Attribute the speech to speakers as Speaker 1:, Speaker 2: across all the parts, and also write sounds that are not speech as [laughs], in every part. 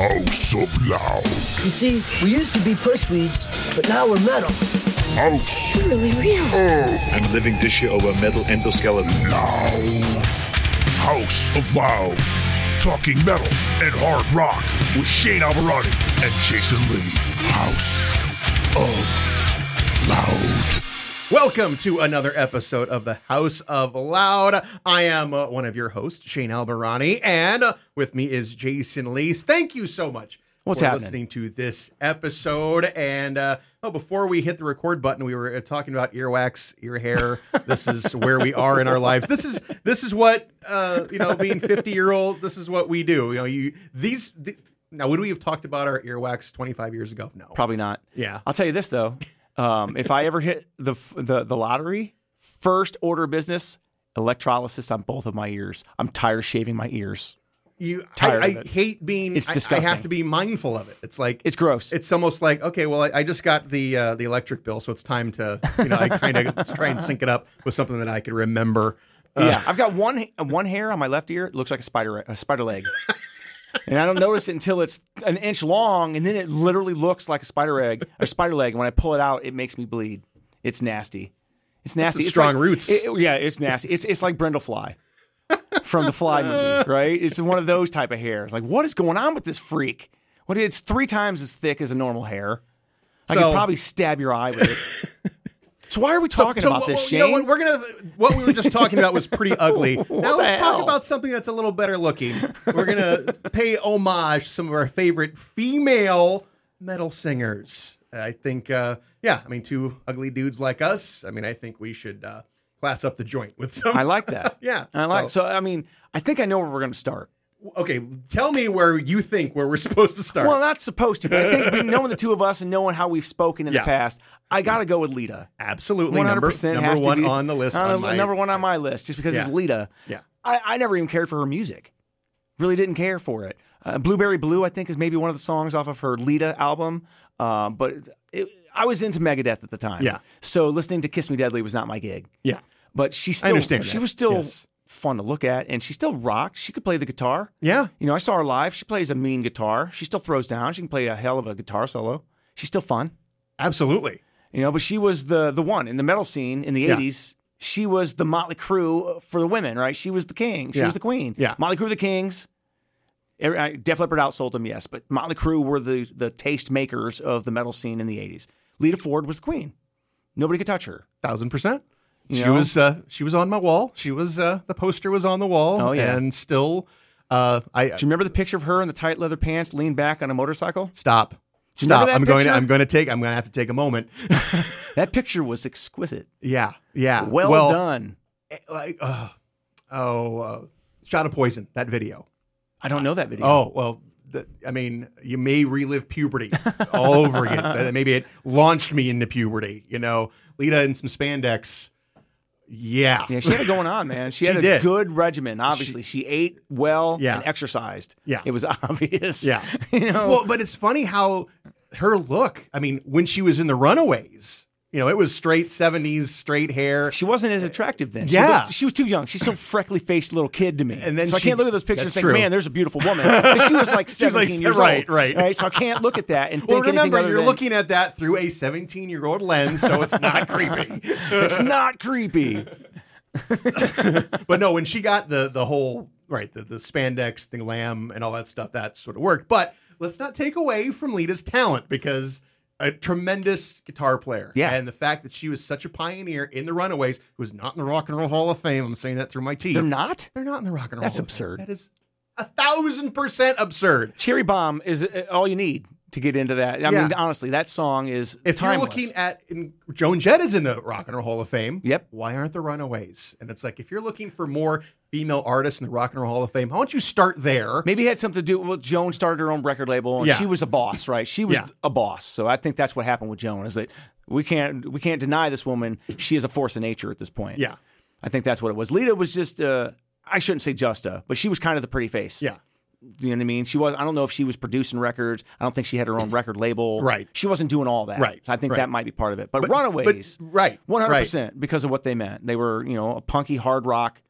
Speaker 1: Oh, so loud.
Speaker 2: You see, we used to be pushweeds, but now we're metal.
Speaker 1: Oh, so
Speaker 3: Really real.
Speaker 1: oh,
Speaker 4: I'm living this shit over a metal endoskeleton.
Speaker 1: loud. House of Loud. Talking metal and hard rock with Shane Alvarado and Jason Lee. House of Loud.
Speaker 5: Welcome to another episode of the House of Loud. I am uh, one of your hosts, Shane Alberani, and uh, with me is Jason Lees. Thank you so much
Speaker 6: What's
Speaker 5: for
Speaker 6: happening?
Speaker 5: listening to this episode. And uh, oh, before we hit the record button, we were uh, talking about earwax, ear hair. this
Speaker 6: [laughs]
Speaker 5: is where we are in our lives. This is this is what uh, you know, being fifty year old. This is what we do. You know, you these. th- now, would we have talked about our earwax 25 years ago? No.
Speaker 6: Probably not.
Speaker 5: Yeah.
Speaker 6: I'll tell you this though. Um, if I ever hit the, f- the the lottery, first order of business, electrolysis on both of my ears. I'm tired of shaving my ears.
Speaker 5: you
Speaker 6: Tired
Speaker 5: I,
Speaker 6: of
Speaker 5: I
Speaker 6: it.
Speaker 5: hate being
Speaker 6: It's
Speaker 5: I- I, have
Speaker 6: disgusting.
Speaker 5: to be mindful of it. It's like
Speaker 6: It's gross.
Speaker 5: it's almost like okay, well I, I just got the uh, the electric bill, so it's time to you know I kind
Speaker 6: [laughs]
Speaker 5: of try and sync it up with something that I can remember. Uh,
Speaker 6: yeah, I've got one one hair on my left ear. It looks like a spider a spider
Speaker 5: [laughs]
Speaker 6: leg, and I don't notice it until it's an inch long, and then it literally looks like a spider egg or spider leg. And when I pull it out, it makes me bleed. It's nasty. It's nasty. It's
Speaker 5: strong
Speaker 6: like-
Speaker 5: roots.
Speaker 6: it- yeah, it's nasty. It's it's like Brindlefly from the
Speaker 5: [laughs]
Speaker 6: Fly movie, right? It's one of those type of hairs. Like, what is going on with this freak? What? It's three times as thick as a normal hair. I
Speaker 5: So-
Speaker 6: could probably stab your eye with it.
Speaker 5: [laughs]
Speaker 6: So why are we talking
Speaker 5: So,
Speaker 6: about
Speaker 5: well,
Speaker 6: this,
Speaker 5: you
Speaker 6: Shane?
Speaker 5: know what? We're gonna what we were just talking about was
Speaker 6: [laughs]
Speaker 5: pretty ugly. now
Speaker 6: the
Speaker 5: let's talk
Speaker 6: hell?
Speaker 5: about something that's a little better looking. We're
Speaker 6: [laughs]
Speaker 5: gonna pay homage to some of our favorite female metal singers. I think, uh, yeah, I mean, two ugly dudes like us. I mean, I think we should uh, class up the joint with some.
Speaker 6: I like that.
Speaker 5: [laughs] Yeah.
Speaker 6: I like. So, I mean, I think I know where we're going to start.
Speaker 5: okay, tell me where you think where we're [laughs] supposed to start.
Speaker 6: Well, not supposed to, but I
Speaker 5: [laughs]
Speaker 6: think being- knowing the two of us and knowing how we've spoken in
Speaker 5: Yeah.
Speaker 6: the past, I got to go with Lita.
Speaker 5: Absolutely,
Speaker 6: One hundred
Speaker 5: number
Speaker 6: percent
Speaker 5: number
Speaker 6: has
Speaker 5: one
Speaker 6: to be
Speaker 5: on the list. on
Speaker 6: on the-
Speaker 5: my-
Speaker 6: number one on my list, just because it's
Speaker 5: Yeah.
Speaker 6: Lita.
Speaker 5: Yeah.
Speaker 6: I, I never even cared for her music. Really didn't care for it. Uh, Blueberry Blue, I think, is maybe one of the songs off of her Lita album. Uh, but it, I was into Megadeth at the time.
Speaker 5: Yeah.
Speaker 6: So listening to Kiss Me Deadly was not my gig.
Speaker 5: Yeah,
Speaker 6: But she still,
Speaker 5: understand
Speaker 6: she
Speaker 5: that.
Speaker 6: was still
Speaker 5: Yes.
Speaker 6: fun to look at, and she still rocked. She could play the guitar.
Speaker 5: yeah.
Speaker 6: You know, I saw her live. She plays a mean guitar. She still throws down. She can play a hell of a guitar solo. She's still fun.
Speaker 5: Absolutely.
Speaker 6: You know, but she was the the one in the metal scene in the
Speaker 5: Yeah.
Speaker 6: 80s. She was the Motley Crue for the women, right? She was the king. She
Speaker 5: Yeah.
Speaker 6: was the queen.
Speaker 5: Yeah.
Speaker 6: Motley Crue the kings. Every- I- Def Leppard outsold them, yes, but Motley Crue were the the taste makers of the metal scene in the 80s. Lita Ford was the queen. Nobody could touch her.
Speaker 5: Thousand percent.
Speaker 6: You
Speaker 5: she
Speaker 6: know?
Speaker 5: was uh, she was on my wall. She was uh, the poster was on the wall.
Speaker 6: Oh, yeah.
Speaker 5: and still, uh, I
Speaker 6: Do you remember the picture of her in the tight leather pants, leaned back on a motorcycle?
Speaker 5: stop.
Speaker 6: Do you remember
Speaker 5: Stop.
Speaker 6: that
Speaker 5: I'm going. To,
Speaker 6: picture?
Speaker 5: I'm going to take. I'm going to have to take a moment. [laughs]
Speaker 6: That picture was exquisite.
Speaker 5: yeah. Yeah.
Speaker 6: Well,
Speaker 5: well
Speaker 6: done.
Speaker 5: eh, Like, uh, oh, uh, shot of poison. That video.
Speaker 6: I don't know that video.
Speaker 5: Oh well, th- I mean, you may relive puberty all over
Speaker 6: [laughs]
Speaker 5: again. Uh, Maybe it launched me into puberty. You know, Lita in some spandex. Yeah,
Speaker 6: Yeah, she had it going on, man. She, had
Speaker 5: She
Speaker 6: a
Speaker 5: did.
Speaker 6: good regimen. Obviously, she, ate well
Speaker 5: Yeah.
Speaker 6: and exercised.
Speaker 5: Yeah.
Speaker 6: it was [laughs] obvious.
Speaker 5: Yeah.
Speaker 6: you
Speaker 5: [laughs]
Speaker 6: know,
Speaker 5: Well, but it's funny how her look. I mean, when she was in the Runaways, you know, it was straight seventies, straight hair.
Speaker 6: she wasn't as attractive then. She
Speaker 5: Yeah.
Speaker 6: looked- she was too young. She's still freckly faced little kid to me.
Speaker 5: And then
Speaker 6: so I
Speaker 5: she-
Speaker 6: can't look at those pictures and
Speaker 5: that's
Speaker 6: think,
Speaker 5: true.
Speaker 6: man, there's
Speaker 5: [laughs]
Speaker 6: a beautiful woman. 'Cause she was like
Speaker 5: She was like,
Speaker 6: 17 years
Speaker 5: right,
Speaker 6: old.
Speaker 5: right.
Speaker 6: So I can't look at that and
Speaker 5: Well,
Speaker 6: think anything
Speaker 5: remember,
Speaker 6: other
Speaker 5: you're
Speaker 6: than,
Speaker 5: looking at that through a 17 year old lens, so it's not [laughs]
Speaker 6: [laughs]
Speaker 5: creepy.
Speaker 6: It's not creepy.
Speaker 5: But no, when she got the the whole right, the, the spandex, the lamb, and all that stuff, that sort of worked. But let's not take away from Lita's talent because a tremendous guitar player.
Speaker 6: Yeah.
Speaker 5: And the fact that she was such a pioneer in the Runaways, who's not in the Rock and Roll Hall of Fame. I'm saying that through my teeth.
Speaker 6: They're not.
Speaker 5: They're not in the Rock and Roll.
Speaker 6: That's
Speaker 5: Hall of
Speaker 6: absurd.
Speaker 5: Fame. That is a thousand percent absurd.
Speaker 6: Cherry Bomb is uh, all you need to get into that. I
Speaker 5: Yeah.
Speaker 6: mean, honestly, that song is
Speaker 5: If
Speaker 6: timeless.
Speaker 5: you're looking at and Joan Jett is in the Rock and Roll Hall of Fame.
Speaker 6: Yep.
Speaker 5: Why aren't the Runaways? And it's like if you're looking for more female artists in the Rock and Roll Hall of Fame, why don't you start there?
Speaker 6: Maybe it had something to do. Well, Joan started her own record label, and
Speaker 5: Yeah.
Speaker 6: she was a boss, right? She was
Speaker 5: Yeah.
Speaker 6: a boss, so I think that's what happened with Joan. Is that we can't we can't deny this woman. She is a force of nature at this point.
Speaker 5: Yeah.
Speaker 6: I think that's what it was. Lita was just uh, I shouldn't say Justa, but she was kind of the pretty face.
Speaker 5: Yeah.
Speaker 6: You know what I mean? She was. I don't know if she was producing records. I don't think she had her
Speaker 5: [clears throat]
Speaker 6: own record label.
Speaker 5: Right.
Speaker 6: She wasn't doing all that.
Speaker 5: Right.
Speaker 6: So I think
Speaker 5: Right.
Speaker 6: that might be part of it. But, Runaways,
Speaker 5: right,
Speaker 6: one hundred percent, because of what they meant. They were you know a punky hard rock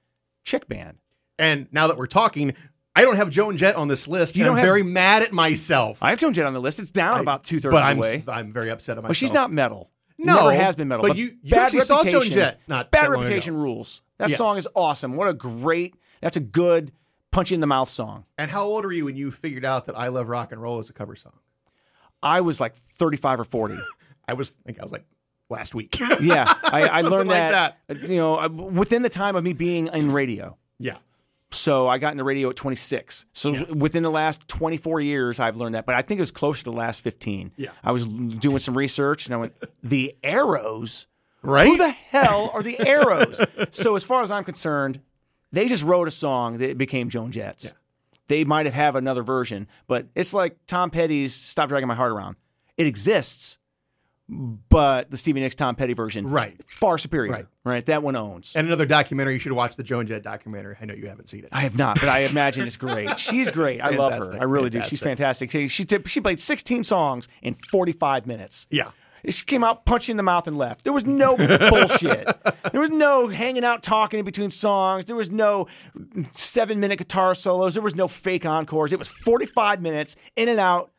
Speaker 6: chick band.
Speaker 5: And now that we're talking, I don't have Joan Jett on this list.
Speaker 6: You
Speaker 5: and
Speaker 6: don't
Speaker 5: I'm
Speaker 6: have-
Speaker 5: very mad at myself.
Speaker 6: I have Joan Jett on the list. It's down about two thirds
Speaker 5: but
Speaker 6: of the
Speaker 5: I'm,
Speaker 6: way.
Speaker 5: I'm very upset at myself.
Speaker 6: But she's not metal.
Speaker 5: No,
Speaker 6: Never has been metal.
Speaker 5: but
Speaker 6: But,
Speaker 5: you- you
Speaker 6: bad
Speaker 5: actually saw Joan
Speaker 6: reputation.
Speaker 5: Jett not that
Speaker 6: bad
Speaker 5: long
Speaker 6: reputation rules. That
Speaker 5: Yes.
Speaker 6: song is awesome. What a great. That's a good punch you in the mouth song.
Speaker 5: And how old are you when you figured out that I Love Rock and Roll is a cover song?
Speaker 6: I was like 35 or 40.
Speaker 5: I was I think I was like last week.
Speaker 6: [laughs] Yeah, I,
Speaker 5: [laughs]
Speaker 6: I
Speaker 5: Something
Speaker 6: learned
Speaker 5: like
Speaker 6: that, uh, You know, I- within the time of me being in radio.
Speaker 5: yeah.
Speaker 6: So I got into radio at 26. So within the last 24 years, I've learned that, but I think it was closer to the last 15.
Speaker 5: Yeah.
Speaker 6: I was doing some research and I went, the arrows?
Speaker 5: Right?
Speaker 6: Who the hell are the arrows? so as far as I'm concerned, they just wrote a song that became Joan Jett's. They might have have another version, but it's like Tom Petty's "Stop Dragging My Heart Around." It exists, but the Stevie Nicks Tom Petty version,
Speaker 5: Right.
Speaker 6: far superior,
Speaker 5: Right.
Speaker 6: right? That one owns.
Speaker 5: and another documentary you should watch the Joan Jett documentary. I know you haven't seen it.
Speaker 6: I have not, but I imagine
Speaker 5: [laughs]
Speaker 6: it's great. She's great. I love her.
Speaker 5: Fantastic.
Speaker 6: I really do. She's fantastic. She she, t- she played 16 songs in 45 minutes.
Speaker 5: Yeah.
Speaker 6: She came out punching the mouth and left. There was no
Speaker 5: [laughs]
Speaker 6: bullshit. There was no hanging out talking in between songs. There was no seven minute guitar solos. There was no fake encores. It was 45 minutes in and out.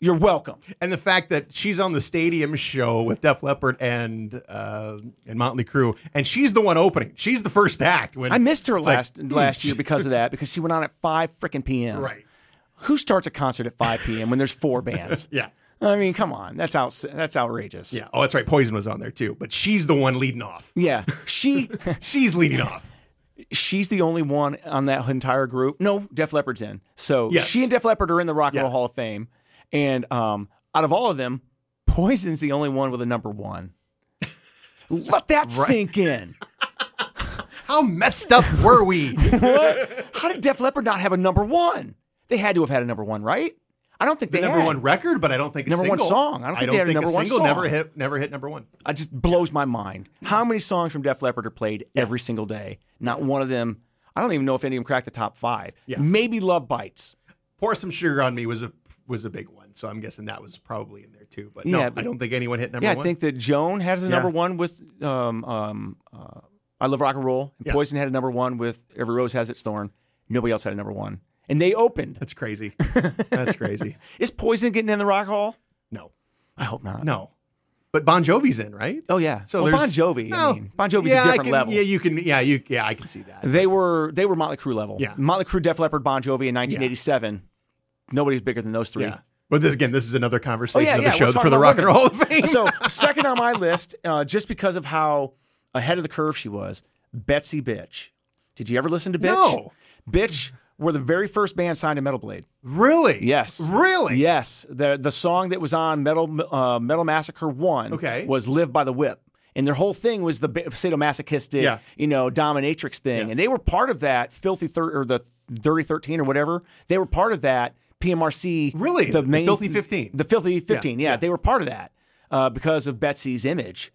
Speaker 6: You're welcome.
Speaker 5: And the fact that she's on the stadium show with Def Leppard and uh, and Motley Crue, and she's the one opening. She's the first act. When
Speaker 6: I missed her
Speaker 5: it's like,
Speaker 6: last last year because of that because she went on at 5 freaking p.m.
Speaker 5: Right.
Speaker 6: Who starts a concert at 5 p.m. when
Speaker 5: [laughs]
Speaker 6: there's four bands?
Speaker 5: Yeah.
Speaker 6: I mean, come on. That's out that's outrageous.
Speaker 5: Yeah. Oh, that's right. Poison was on there too, but she's the one leading
Speaker 6: [laughs]
Speaker 5: off.
Speaker 6: Yeah,
Speaker 5: [laughs]
Speaker 6: she
Speaker 5: She's leading off.
Speaker 6: she's the only one on that entire group. No, Def Leppard's in. So
Speaker 5: Yes.
Speaker 6: she and Def Leppard are in the Rock and
Speaker 5: Yeah.
Speaker 6: Roll Hall of Fame, and um, out of all of them, Poison's the only one with a
Speaker 5: [laughs]
Speaker 6: number one. Let that sink in.
Speaker 5: How messed up were [laughs] we?
Speaker 6: What? How did Def Leppard not have a number one? They had to have had a number one, right? I don't think
Speaker 5: the
Speaker 6: they
Speaker 5: number
Speaker 6: had.
Speaker 5: one record, but I don't think a
Speaker 6: Number one
Speaker 5: single-
Speaker 6: song. I don't think they had a number
Speaker 5: a
Speaker 6: one
Speaker 5: single
Speaker 6: song.
Speaker 5: Never hit, never hit number one.
Speaker 6: It just blows my mind. How many songs from Def Leppard are played every single day? Not one of them. I don't even know if any of them cracked the top five.
Speaker 5: Yeah.
Speaker 6: Maybe Love Bites.
Speaker 5: Pour some sugar on me was a was a big one, so I'm guessing that was probably in there too. But no,
Speaker 6: Yeah, but-
Speaker 5: I don't think anyone hit number
Speaker 6: yeah,
Speaker 5: one.
Speaker 6: I think that Joan has a
Speaker 5: Yeah.
Speaker 6: number one with um, um, uh, I Love Rock and Roll. And
Speaker 5: Yeah.
Speaker 6: Poison had a number one with Every Rose Has Its Thorn. Nobody else had a number one. And they
Speaker 5: [laughs]
Speaker 6: opened.
Speaker 5: that's
Speaker 6: [laughs]
Speaker 5: crazy. That's crazy.
Speaker 6: Is Poison getting in the Rock Hall?
Speaker 5: No,
Speaker 6: I hope not.
Speaker 5: no. But Bon Jovi's in, right?
Speaker 6: Oh, yeah.
Speaker 5: So
Speaker 6: well, Bon
Speaker 5: there's-
Speaker 6: Jovi. I
Speaker 5: No.
Speaker 6: mean, Bon Jovi's
Speaker 5: Yeah,
Speaker 6: a
Speaker 5: I
Speaker 6: different
Speaker 5: can-
Speaker 6: level.
Speaker 5: Yeah, you can. Yeah, you. Yeah, I can see that.
Speaker 6: They were they were Motley Crue level.
Speaker 5: Yeah.
Speaker 6: Motley Crue, Def Leppard, Bon Jovi in 1987. Nobody's bigger than those three.
Speaker 5: Yeah. But this again, this is another
Speaker 6: Oh
Speaker 5: conversation
Speaker 6: yeah,
Speaker 5: of the
Speaker 6: yeah.
Speaker 5: show
Speaker 6: we're talking
Speaker 5: for the
Speaker 6: about
Speaker 5: Rock and
Speaker 6: women.
Speaker 5: Roll Hall of Fame.
Speaker 6: [laughs] so
Speaker 5: [laughs]
Speaker 6: second on my list, uh, just because of how ahead of the curve she was, Betsy Bitch. Did you ever listen to Bitch?
Speaker 5: No.
Speaker 6: Bitch were the very first band signed to Metal Blade.
Speaker 5: really?
Speaker 6: Yes.
Speaker 5: Really?
Speaker 6: Yes. The the song that was on Metal uh, Metal Massacre One
Speaker 5: Okay.
Speaker 6: was Live by the Whip. And their whole thing was the ba- sadomasochistic,
Speaker 5: Yeah.
Speaker 6: you know, dominatrix thing,
Speaker 5: Yeah.
Speaker 6: and they were part of that filthy thir- or the dirty thirteen or whatever. They were part of that PMRC.
Speaker 5: Really? The
Speaker 6: the main
Speaker 5: Filthy 15.
Speaker 6: The filthy fifteen. Yeah,
Speaker 5: yeah.
Speaker 6: they were part of that uh, because of Betsy's image.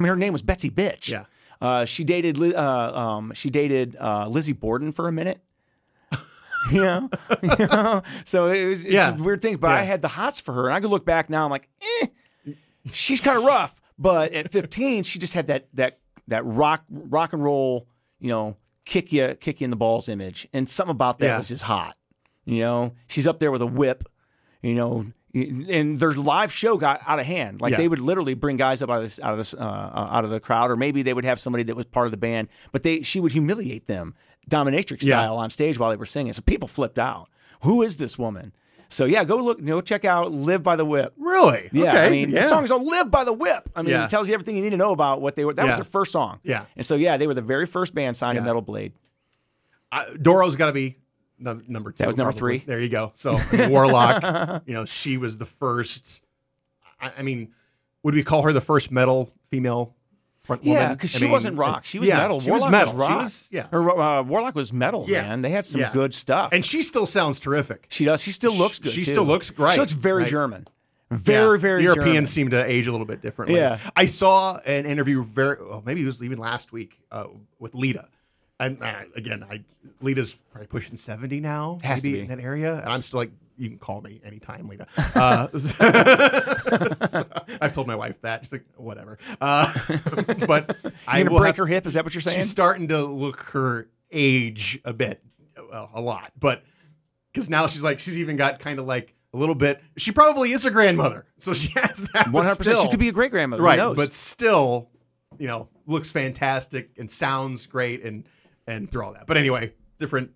Speaker 6: I mean, her name was Betsy Bitch.
Speaker 5: Yeah.
Speaker 6: Uh, she dated Li- uh, um, she dated uh, Lizzie Borden for a minute. [laughs] you, know? You know? so it was it's
Speaker 5: Yeah.
Speaker 6: just weird things. But I
Speaker 5: Yeah.
Speaker 6: had the hots for her, and I could look back now. I'm like, eh, she's kind of rough, but at 15, she just had that that that rock rock and roll, you know, kick you kick you in the balls image, and something about that
Speaker 5: Yeah.
Speaker 6: was just hot. You know, she's up there with a whip. You know. And their live show got out of hand. Like
Speaker 5: Yeah.
Speaker 6: they would literally bring guys up out of this, out of this, uh, uh, out of the crowd, or maybe they would have somebody that was part of the band. But they, she would humiliate them, dominatrix
Speaker 5: Yeah.
Speaker 6: style, on stage while they were singing. So people flipped out. Who is this woman? So yeah, go look, you know, check out "Live by the Whip."
Speaker 5: Really?
Speaker 6: Yeah,
Speaker 5: Okay.
Speaker 6: I mean,
Speaker 5: yeah.
Speaker 6: the song is on "Live by the Whip." I mean,
Speaker 5: Yeah.
Speaker 6: it tells you everything you need to know about what they were. That
Speaker 5: Yeah.
Speaker 6: was their first song.
Speaker 5: Yeah.
Speaker 6: and so yeah, they were the very first band signed
Speaker 5: Yeah.
Speaker 6: to Metal Blade.
Speaker 5: I, Doro's got to be num- number two.
Speaker 6: That was number
Speaker 5: probably.
Speaker 6: three.
Speaker 5: There you go.
Speaker 6: [laughs]
Speaker 5: So I mean, Warlock, you know, she was the first. I, I mean, would we call her the first metal female front woman?
Speaker 6: Yeah, because
Speaker 5: I
Speaker 6: she
Speaker 5: mean,
Speaker 6: wasn't rock; she was
Speaker 5: yeah,
Speaker 6: metal.
Speaker 5: She
Speaker 6: Warlock
Speaker 5: was metal.
Speaker 6: rock.
Speaker 5: She was, yeah,
Speaker 6: Or, uh, Warlock was metal.
Speaker 5: Yeah.
Speaker 6: man, they had some
Speaker 5: Yeah.
Speaker 6: good stuff.
Speaker 5: and she still sounds terrific.
Speaker 6: she does. She still looks
Speaker 5: She-
Speaker 6: good.
Speaker 5: she
Speaker 6: too.
Speaker 5: still looks great,
Speaker 6: She looks very
Speaker 5: right?
Speaker 6: German. Very,
Speaker 5: Yeah.
Speaker 6: very
Speaker 5: Europeans
Speaker 6: German.
Speaker 5: seem to age a little bit differently.
Speaker 6: Yeah.
Speaker 5: I saw an interview very well, maybe it was even last week uh, with Lita. And uh, again, I Lita's probably pushing seventy now,
Speaker 6: Has to
Speaker 5: maybe
Speaker 6: be.
Speaker 5: in that area. And I'm still like, you can call me anytime,
Speaker 6: [laughs]
Speaker 5: Lita. Uh, [laughs] I've told my wife that. She's like, whatever. Uh, [laughs] but I
Speaker 6: You're
Speaker 5: will
Speaker 6: gonna break
Speaker 5: have-
Speaker 6: her hip? Is that what you're saying?
Speaker 5: She's starting to look her age a bit, well, a uh, lot. But because now she's like she's even got kind of like a little bit. She probably is a grandmother, so she [laughs] has that. but
Speaker 6: One hundred percent. She
Speaker 5: still-
Speaker 6: could be a great grandmother.
Speaker 5: right,
Speaker 6: Who knows?
Speaker 5: but still, you know, looks fantastic and sounds great and and through all that. But anyway, different.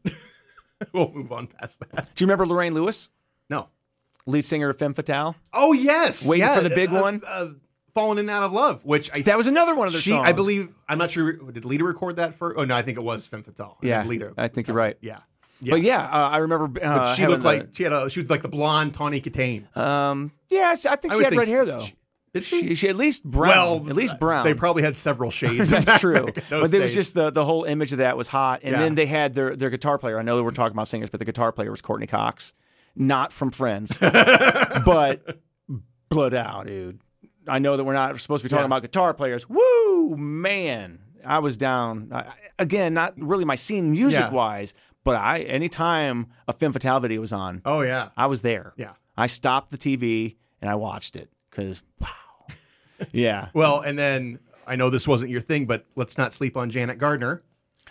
Speaker 5: [laughs] we'll move on past that.
Speaker 6: do you remember Lorraine Lewis,
Speaker 5: No.
Speaker 6: lead singer of Femme Fatale?
Speaker 5: Oh yes,
Speaker 6: Waiting
Speaker 5: yeah,
Speaker 6: for the big
Speaker 5: uh,
Speaker 6: one?
Speaker 5: Uh, Falling in and out of love, which I
Speaker 6: That was another one of their
Speaker 5: she,
Speaker 6: songs.
Speaker 5: I believe, I'm not sure. Did Lita record that for? Oh no, I think it was Femme Fatale. I think
Speaker 6: Yeah,
Speaker 5: Lita.
Speaker 6: I think you're right.
Speaker 5: yeah,
Speaker 6: But yeah, uh, I remember. Uh,
Speaker 5: But she
Speaker 6: having
Speaker 5: looked
Speaker 6: the-
Speaker 5: like she had a she was like the blonde Tawny Katane.
Speaker 6: Um, yeah, I think
Speaker 5: I
Speaker 6: she
Speaker 5: would
Speaker 6: had
Speaker 5: think
Speaker 6: red hair though.
Speaker 5: she- Did
Speaker 6: She, she at least brown. at least brown.
Speaker 5: They probably had
Speaker 6: [laughs]
Speaker 5: several shades.
Speaker 6: That's true.
Speaker 5: Back in those
Speaker 6: But there was
Speaker 5: days.
Speaker 6: just the, the whole image of that was hot. And
Speaker 5: Yeah.
Speaker 6: then they had their, their guitar player. I know we're talking about singers, but the guitar player was Courtney Cox, not
Speaker 5: [laughs]
Speaker 6: from Friends, but blood out, dude. I know that we're not supposed to be talking
Speaker 5: Yeah.
Speaker 6: about guitar players. Woo, man. I was down. I, I- again, not really my scene music
Speaker 5: Yeah.
Speaker 6: wise, but I anytime a Femme Fatale video was on,
Speaker 5: oh yeah,
Speaker 6: I was there.
Speaker 5: yeah.
Speaker 6: I stopped the TV and I watched it because, wow. [laughs] Yeah.
Speaker 5: Well, and then I know this wasn't your thing, but let's not sleep on Janet Gardner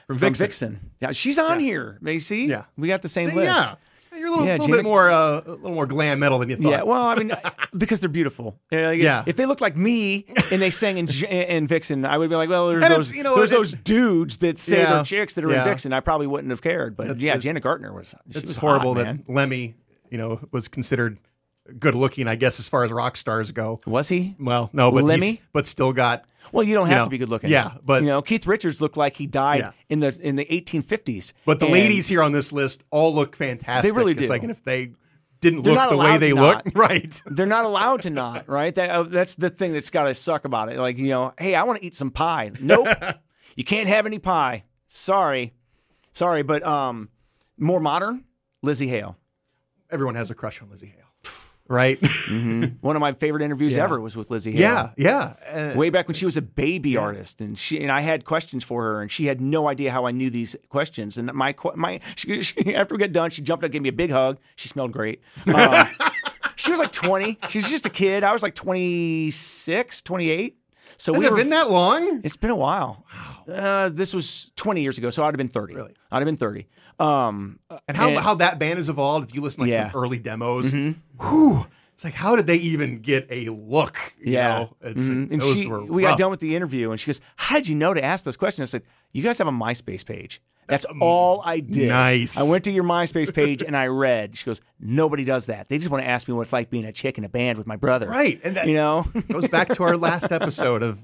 Speaker 5: from,
Speaker 6: From
Speaker 5: Vixen.
Speaker 6: Vixen. Yeah, she's on here. You see?
Speaker 5: Yeah.
Speaker 6: We got the same list.
Speaker 5: Yeah, you're a little,
Speaker 6: Yeah,
Speaker 5: little
Speaker 6: Janet-
Speaker 5: bit more uh, a little more glam metal than you thought.
Speaker 6: Yeah, well,
Speaker 5: [laughs]
Speaker 6: I mean, because they're beautiful. Yeah, like,
Speaker 5: Yeah.
Speaker 6: If they looked like me and they sang in, J- in Vixen, I would be like, well, there's
Speaker 5: And it's-
Speaker 6: those
Speaker 5: you know,
Speaker 6: there's
Speaker 5: it-
Speaker 6: those dudes that say
Speaker 5: Yeah.
Speaker 6: they're chicks that are in
Speaker 5: Yeah.
Speaker 6: Vixen. I probably wouldn't have cared. But yeah, Janet Gartner was. She
Speaker 5: it's
Speaker 6: was
Speaker 5: horrible
Speaker 6: hot, man.
Speaker 5: that Lemmy, you know, was considered good looking. I guess as far as rock stars go.
Speaker 6: Was he?
Speaker 5: Well, no, but he's-
Speaker 6: Lemmy?
Speaker 5: but still got
Speaker 6: Well, you don't have
Speaker 5: know,
Speaker 6: to be good looking.
Speaker 5: yeah, but-
Speaker 6: you know, Keith Richards looked like he died
Speaker 5: Yeah.
Speaker 6: in the in the 1850s.
Speaker 5: But the
Speaker 6: And-
Speaker 5: ladies here on this list all look fantastic.
Speaker 6: They really
Speaker 5: it's
Speaker 6: do.
Speaker 5: Like, and if they didn't
Speaker 6: They're
Speaker 5: look
Speaker 6: not
Speaker 5: the
Speaker 6: allowed
Speaker 5: way
Speaker 6: to
Speaker 5: they
Speaker 6: not.
Speaker 5: look, [laughs] right?
Speaker 6: They're not allowed to not, [laughs] right? That, uh, that's the thing that's got to suck about it. Like, you know, hey, I want to eat some pie. Nope. you can't have any pie. Sorry. Sorry, but um more modern, Lizzie Hale.
Speaker 5: Everyone has a crush on Lizzie Hale, right?
Speaker 6: One of my favorite interviews ever was with Lizzie Hale.
Speaker 5: [laughs] yeah, yeah. Uh,
Speaker 6: Way back when she was a baby artist, and she and I had questions for her, and she had no idea how I knew these questions. And my que- my [laughs] she, she, after we got done, she jumped up, gave me a big hug. She smelled great. Um,
Speaker 5: [laughs]
Speaker 6: she was like twenty. She's just a kid. I was like 26, 28. So
Speaker 5: Has
Speaker 6: we
Speaker 5: it
Speaker 6: were
Speaker 5: been that long?
Speaker 6: It's been a while. Wow. Uh, this was 20 years ago, so I'd have been 30.
Speaker 5: Really?
Speaker 6: I'd have been 30. Um,
Speaker 5: And how
Speaker 6: and-
Speaker 5: how that band has evolved? If you listen like
Speaker 6: Yeah. Mm-hmm.
Speaker 5: the early demos, whew, it's like how did they even get a look? You
Speaker 6: yeah.
Speaker 5: know? it's,
Speaker 6: Mhm. And
Speaker 5: those
Speaker 6: she,
Speaker 5: were
Speaker 6: we
Speaker 5: rough.
Speaker 6: got done with the interview, and she goes, How did you know to ask those questions? I said, You guys have a MySpace page. That's all I did.
Speaker 5: nice.
Speaker 6: I went to your MySpace page and I read. She goes, Nobody does that. They just want to ask me what it's like being a chick in a band with my brother.
Speaker 5: Right, and that-
Speaker 6: you know? [laughs]
Speaker 5: goes back to our last episode of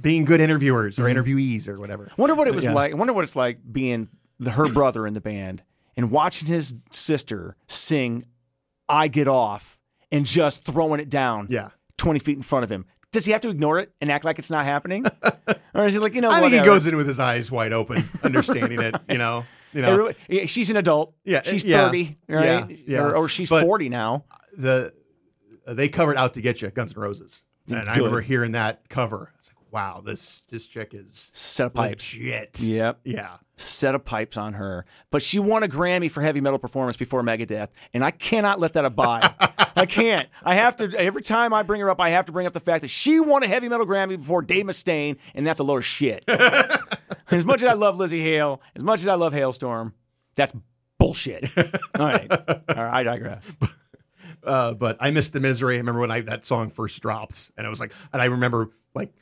Speaker 5: being good interviewers
Speaker 6: Mm-hmm.
Speaker 5: or interviewees or whatever.
Speaker 6: Wonder what it was
Speaker 5: Yeah.
Speaker 6: like. Wonder what it's like being the, her brother in the band and watching his sister sing "I Get Off" and just throwing it down.
Speaker 5: Yeah.
Speaker 6: twenty feet in front of him. Does he have to ignore it and act like it's
Speaker 5: [laughs]
Speaker 6: not happening, or is it like you know?
Speaker 5: I think he
Speaker 6: whatever.
Speaker 5: goes in with his eyes wide open, understanding it. You know,
Speaker 6: [laughs]
Speaker 5: you know.
Speaker 6: Everyone- yeah, She's an adult.
Speaker 5: Yeah,
Speaker 6: she's
Speaker 5: yeah,
Speaker 6: thirty, right?
Speaker 5: yeah, yeah.
Speaker 6: Or, or she's
Speaker 5: But-
Speaker 6: forty now.
Speaker 5: the uh, they covered "Out to Get You" Guns N' Roses, and I
Speaker 6: Good.
Speaker 5: remember hearing that cover. It's like, wow, this this chick is
Speaker 6: Set of pipes.
Speaker 5: legit.
Speaker 6: Yep.
Speaker 5: yeah.
Speaker 6: Set of pipes on her. But she won a Grammy for heavy metal performance before Megadeth, and I cannot let
Speaker 5: [laughs]
Speaker 6: that abide. I can't. I have to every time I bring her up, I have to bring up the fact that she won a heavy metal Grammy before Dave Mustaine, and that's a load
Speaker 5: [laughs]
Speaker 6: of shit. as much as I love Lizzie Hale, as much as I love Hailstorm, that's
Speaker 5: [laughs]
Speaker 6: bullshit. All right. All right, I digress.
Speaker 5: Uh, but I missed the misery. I remember when I that song first dropped, and I was like, and I remember like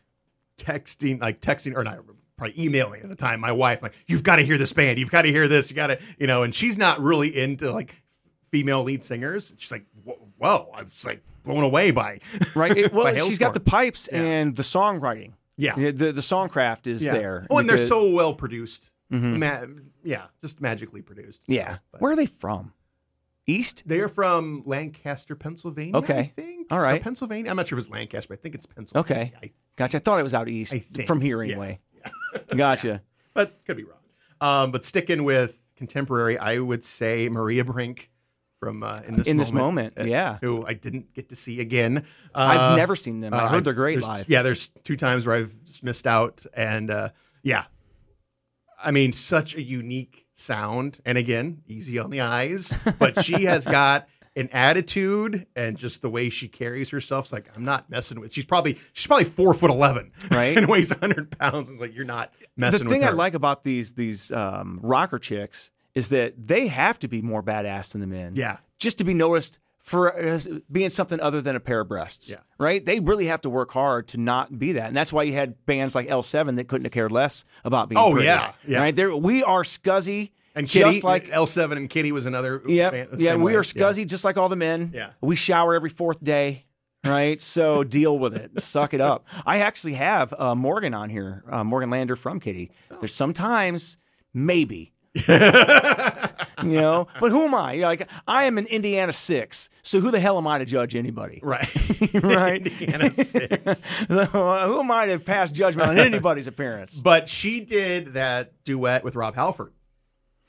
Speaker 5: texting, like texting, or not probably emailing at the time. My wife, like, you've got to hear this band. You've got to hear this. You got to, you know. And she's not really into like female lead singers. She's like, "Whoa, whoa, I was like blown away by
Speaker 6: Right. It-
Speaker 5: [laughs]
Speaker 6: well,
Speaker 5: By
Speaker 6: she's got
Speaker 5: Hailstorm.
Speaker 6: the pipes and the songwriting.
Speaker 5: Yeah.
Speaker 6: The the, the songcraft is
Speaker 5: Yeah.
Speaker 6: there.
Speaker 5: Oh, and they're
Speaker 6: because- Mm-hmm.
Speaker 5: so well produced. Ma- yeah, just magically produced.
Speaker 6: Yeah.
Speaker 5: But
Speaker 6: Where are they from? East?
Speaker 5: they are from Lancaster, Pennsylvania. I
Speaker 6: Okay.
Speaker 5: think.
Speaker 6: All right.
Speaker 5: Or Pennsylvania. I'm not sure if it's Lancaster, but I think it's Pennsylvania.
Speaker 6: Okay.
Speaker 5: I-
Speaker 6: Gotcha. I thought it was out east
Speaker 5: I think,
Speaker 6: from here
Speaker 5: yeah. [laughs]
Speaker 6: anyway. Gotcha.
Speaker 5: but could be wrong. Um, but sticking with contemporary, I would say Maria Brink from uh, in this
Speaker 6: In This
Speaker 5: moment, uh,
Speaker 6: Moment, yeah.
Speaker 5: who I didn't get to see again.
Speaker 6: I've
Speaker 5: Uh,
Speaker 6: never seen them. I
Speaker 5: uh,
Speaker 6: heard
Speaker 5: I've-
Speaker 6: they're great
Speaker 5: there's-
Speaker 6: live.
Speaker 5: Yeah, there's two times where I've just missed out, and uh, yeah, I mean, such a unique sound, and again, easy on the eyes, but she
Speaker 6: [laughs]
Speaker 5: has got an attitude and just the way she carries herself. It's like I'm not messing with. She's probably she's probably four foot eleven, [laughs]
Speaker 6: Right.
Speaker 5: and weighs hundred pounds. It's like you're not messing.
Speaker 6: the thing
Speaker 5: with
Speaker 6: I
Speaker 5: her.
Speaker 6: like about these these um, rocker chicks is that they have to be more badass than the men.
Speaker 5: Yeah.
Speaker 6: Just to be noticed for uh, being something other than a pair of breasts.
Speaker 5: Yeah.
Speaker 6: Right? They really have to work hard to not be that. And that's why you had bands like L7 that couldn't have cared less about being
Speaker 5: Oh,
Speaker 6: pretty.
Speaker 5: yeah. Yeah.
Speaker 6: Right? They're, we are scuzzy.
Speaker 5: And Kitty,
Speaker 6: just like
Speaker 5: L7 and Kitty was another.
Speaker 6: yeah,
Speaker 5: fan-
Speaker 6: yeah.
Speaker 5: same
Speaker 6: We
Speaker 5: way.
Speaker 6: are scuzzy just like all the men.
Speaker 5: Yeah.
Speaker 6: we shower every fourth day, right? So [laughs] deal with it, suck it up. I actually have uh, Morgan on here, uh, Morgan Lander from Kitty. There's sometimes maybe. [laughs] you know, but who am I? You know, like I am an Indiana six, so who the hell am I to judge anybody?
Speaker 5: Right.
Speaker 6: [laughs] Right?
Speaker 5: [laughs]
Speaker 6: uh,
Speaker 5: Indiana
Speaker 6: [laughs]
Speaker 5: six.
Speaker 6: who am I to pass judgment on anybody's appearance?
Speaker 5: But she did that duet with Rob Halford.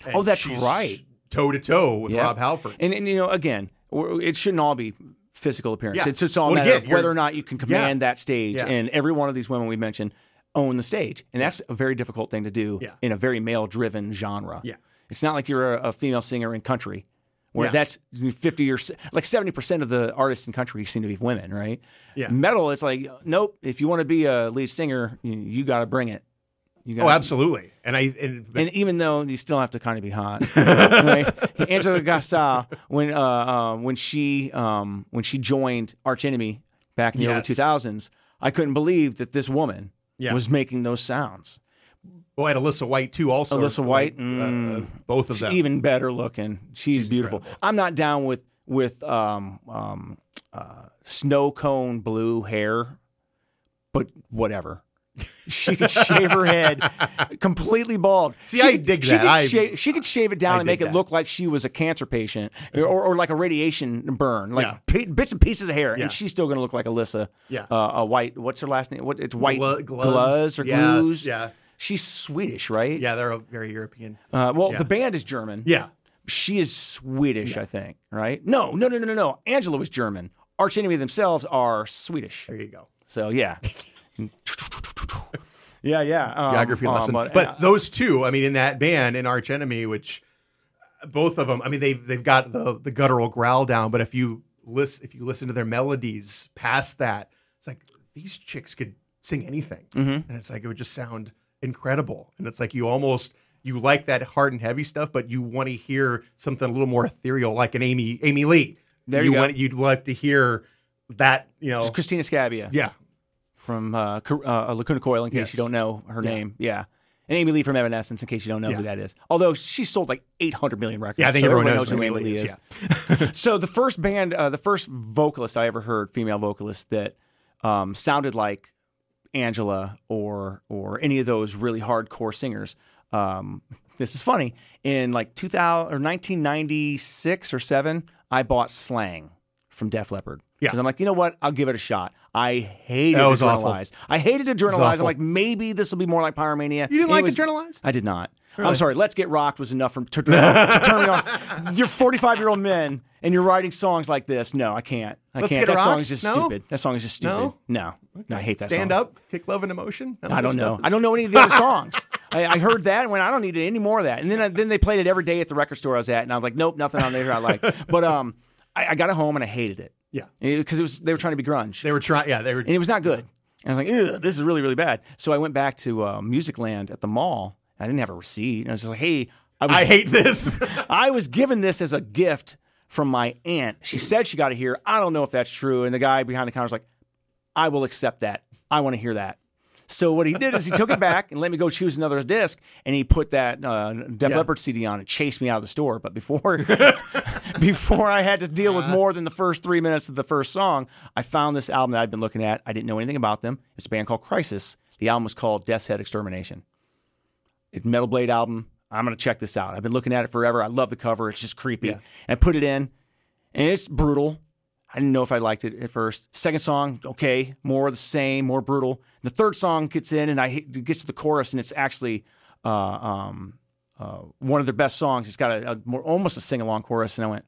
Speaker 5: And
Speaker 6: Oh, that's
Speaker 5: she's
Speaker 6: right.
Speaker 5: Toe to toe with
Speaker 6: Yeah.
Speaker 5: Rob Halford.
Speaker 6: And, and you know, again, we're- it shouldn't all be physical appearance.
Speaker 5: Yeah.
Speaker 6: It's just all a
Speaker 5: Well,
Speaker 6: matter
Speaker 5: yeah,
Speaker 6: of whether
Speaker 5: you're-
Speaker 6: or not you can command
Speaker 5: Yeah.
Speaker 6: that stage.
Speaker 5: Yeah.
Speaker 6: And every one of these women we mentioned own the stage, and that's a very difficult thing to do
Speaker 5: Yeah.
Speaker 6: in a very male-driven genre.
Speaker 5: Yeah.
Speaker 6: it's not like you're a, a female singer in country. Where
Speaker 5: Yeah.
Speaker 6: that's fifty or s- like seventy percent of the artists in country seem to be women, right?
Speaker 5: Yeah.
Speaker 6: Metal, it's like nope. If you want to be a lead singer, you, you got to bring it. You
Speaker 5: Oh,
Speaker 6: gotta,
Speaker 5: absolutely. And I and,
Speaker 6: and even though you still have to kind of
Speaker 5: [laughs]
Speaker 6: be hot, right? Angela Gastal, when uh, uh, when she um, when she joined Arch Enemy back in the early
Speaker 5: Yes.
Speaker 6: two thousands, I couldn't believe that this woman
Speaker 5: Yeah.
Speaker 6: was making those sounds.
Speaker 5: well, and Alyssa White too. Also,
Speaker 6: Alyssa White,
Speaker 5: Uh,
Speaker 6: mm.
Speaker 5: uh, both of
Speaker 6: She's
Speaker 5: them.
Speaker 6: even better looking. She's, beautiful. I'm not down with with um, um, uh, snow cone blue hair, but whatever.
Speaker 5: [laughs]
Speaker 6: She could shave her head completely bald.
Speaker 5: See,
Speaker 6: she
Speaker 5: I
Speaker 6: could,
Speaker 5: dig
Speaker 6: she
Speaker 5: that.
Speaker 6: Could
Speaker 5: I-
Speaker 6: shave, she could shave it down
Speaker 5: I
Speaker 6: and
Speaker 5: dig
Speaker 6: make it
Speaker 5: that.
Speaker 6: look like she was a cancer patient or, or like a radiation burn, like
Speaker 5: Yeah.
Speaker 6: pi- bits and pieces of hair,
Speaker 5: Yeah.
Speaker 6: and she's still going to look like Alyssa.
Speaker 5: Yeah.
Speaker 6: uh, a white. What's her last name? What it's white
Speaker 5: Glu- Gluz.
Speaker 6: Gluz or
Speaker 5: Yeah, it's-
Speaker 6: Glues.
Speaker 5: yeah.
Speaker 6: she's Swedish, right?
Speaker 5: yeah, they're very European.
Speaker 6: Uh, well,
Speaker 5: Yeah.
Speaker 6: the band is German.
Speaker 5: yeah,
Speaker 6: She is Swedish, I think, right? No, no, no, no, no, no. Angela was German. Arch Enemy themselves are Swedish.
Speaker 5: there you go.
Speaker 6: So,
Speaker 5: [laughs]
Speaker 6: yeah. yeah, yeah. Um,
Speaker 5: Geography
Speaker 6: um,
Speaker 5: lesson.
Speaker 6: But,
Speaker 5: but those two, I mean, in that band, in Arch Enemy, which both of them, I mean, they've they've got the the guttural growl down. But if you listen, if you listen to their melodies past that, it's like these chicks could sing anything,
Speaker 6: Mm-hmm.
Speaker 5: and it's like it would just sound incredible. And it's like you almost. You like that hard and heavy stuff, but you want to hear something a little more ethereal, like an Amy Amy Lee.
Speaker 6: There you go.
Speaker 5: want you'd like to hear that, you know,
Speaker 6: Christina Scabia
Speaker 5: yeah,
Speaker 6: from uh, Co- uh, Lacuna Coil, in case
Speaker 5: Yes.
Speaker 6: you don't know her name. Yeah. And Amy Lee from Evanescence, in case you don't know who
Speaker 5: Yeah.
Speaker 6: that is. Although she sold like 800 million records.
Speaker 5: yeah. I think
Speaker 6: so
Speaker 5: everyone, knows
Speaker 6: knows who Amy Lee is.
Speaker 5: [laughs]
Speaker 6: So the first band, uh, the first vocalist I ever heard, female vocalist that um, sounded like Angela or or any of those really hardcore singers. Um, this is funny. In like 2000 or 1996 or seven, I bought Slang from Def Leppard.
Speaker 5: Yeah.
Speaker 6: 'Cause I'm like, you know what? I'll give it a shot. I hated
Speaker 5: That was awful.
Speaker 6: Adrenalize. I hated Adrenalize. I'm
Speaker 5: awful.
Speaker 6: like, maybe this will be more like Pyromania.
Speaker 5: You didn't
Speaker 6: And it
Speaker 5: like
Speaker 6: was-
Speaker 5: Adrenalized?
Speaker 6: I did not. I'm sorry. Let's Get Rocked was enough for, to, to turn me on. You're 45 year old men and you're writing songs like this. No, I can't. I
Speaker 5: Let's
Speaker 6: can't.
Speaker 5: Get
Speaker 6: That song
Speaker 5: Rocked?
Speaker 6: is just
Speaker 5: No?
Speaker 6: stupid. That song is just stupid.
Speaker 5: No?
Speaker 6: No, No, I hate that
Speaker 5: Stand
Speaker 6: song.
Speaker 5: up, kick love and emotion. None of
Speaker 6: I
Speaker 5: this
Speaker 6: don't know.
Speaker 5: stuff is-
Speaker 6: I don't know any of
Speaker 5: [laughs]
Speaker 6: the other songs. I, I heard that and went, I don't need any more of that. And then I, then they played it every day at the record store I was at, and I was like, nope, nothing on there I
Speaker 5: [laughs]
Speaker 6: like. But um, I, I got it home and I hated it
Speaker 5: Yeah,
Speaker 6: because it was they were trying to be grunge
Speaker 5: they were trying. Yeah, they were.
Speaker 6: and it was not good. And I was like, Ugh, this is really, really bad. So I went back to uh, Music Land at the mall. I didn't have a receipt. And I was just like, hey, I was,
Speaker 5: I hate this.
Speaker 6: I was given this as a gift from my aunt. She said she got it here. I don't know if that's true. And the guy behind the counter was like, I will accept that. I want to hear that. So what he did is he took it back and let me go choose another disc, and he put that uh, Def Leppard CD on and chased me out of the store. But before [laughs] before I had to deal with more than the first three minutes of the first song, I found this album that I'd been looking at. I didn't know anything about them. It's a band called Crisis. The album was called Death's Head Extermination. It's Metal Blade album. I'm gonna check this out. I've been looking at it forever. I love the cover. It's just creepy. And I put it in, and it's brutal. I didn't know if I liked it at first. Second song, okay, more of the same, more brutal. The third song gets in, and I hit, it gets to the chorus, and it's actually uh, um, uh, one of their best songs. It's got a, a more almost a sing along chorus, and I went,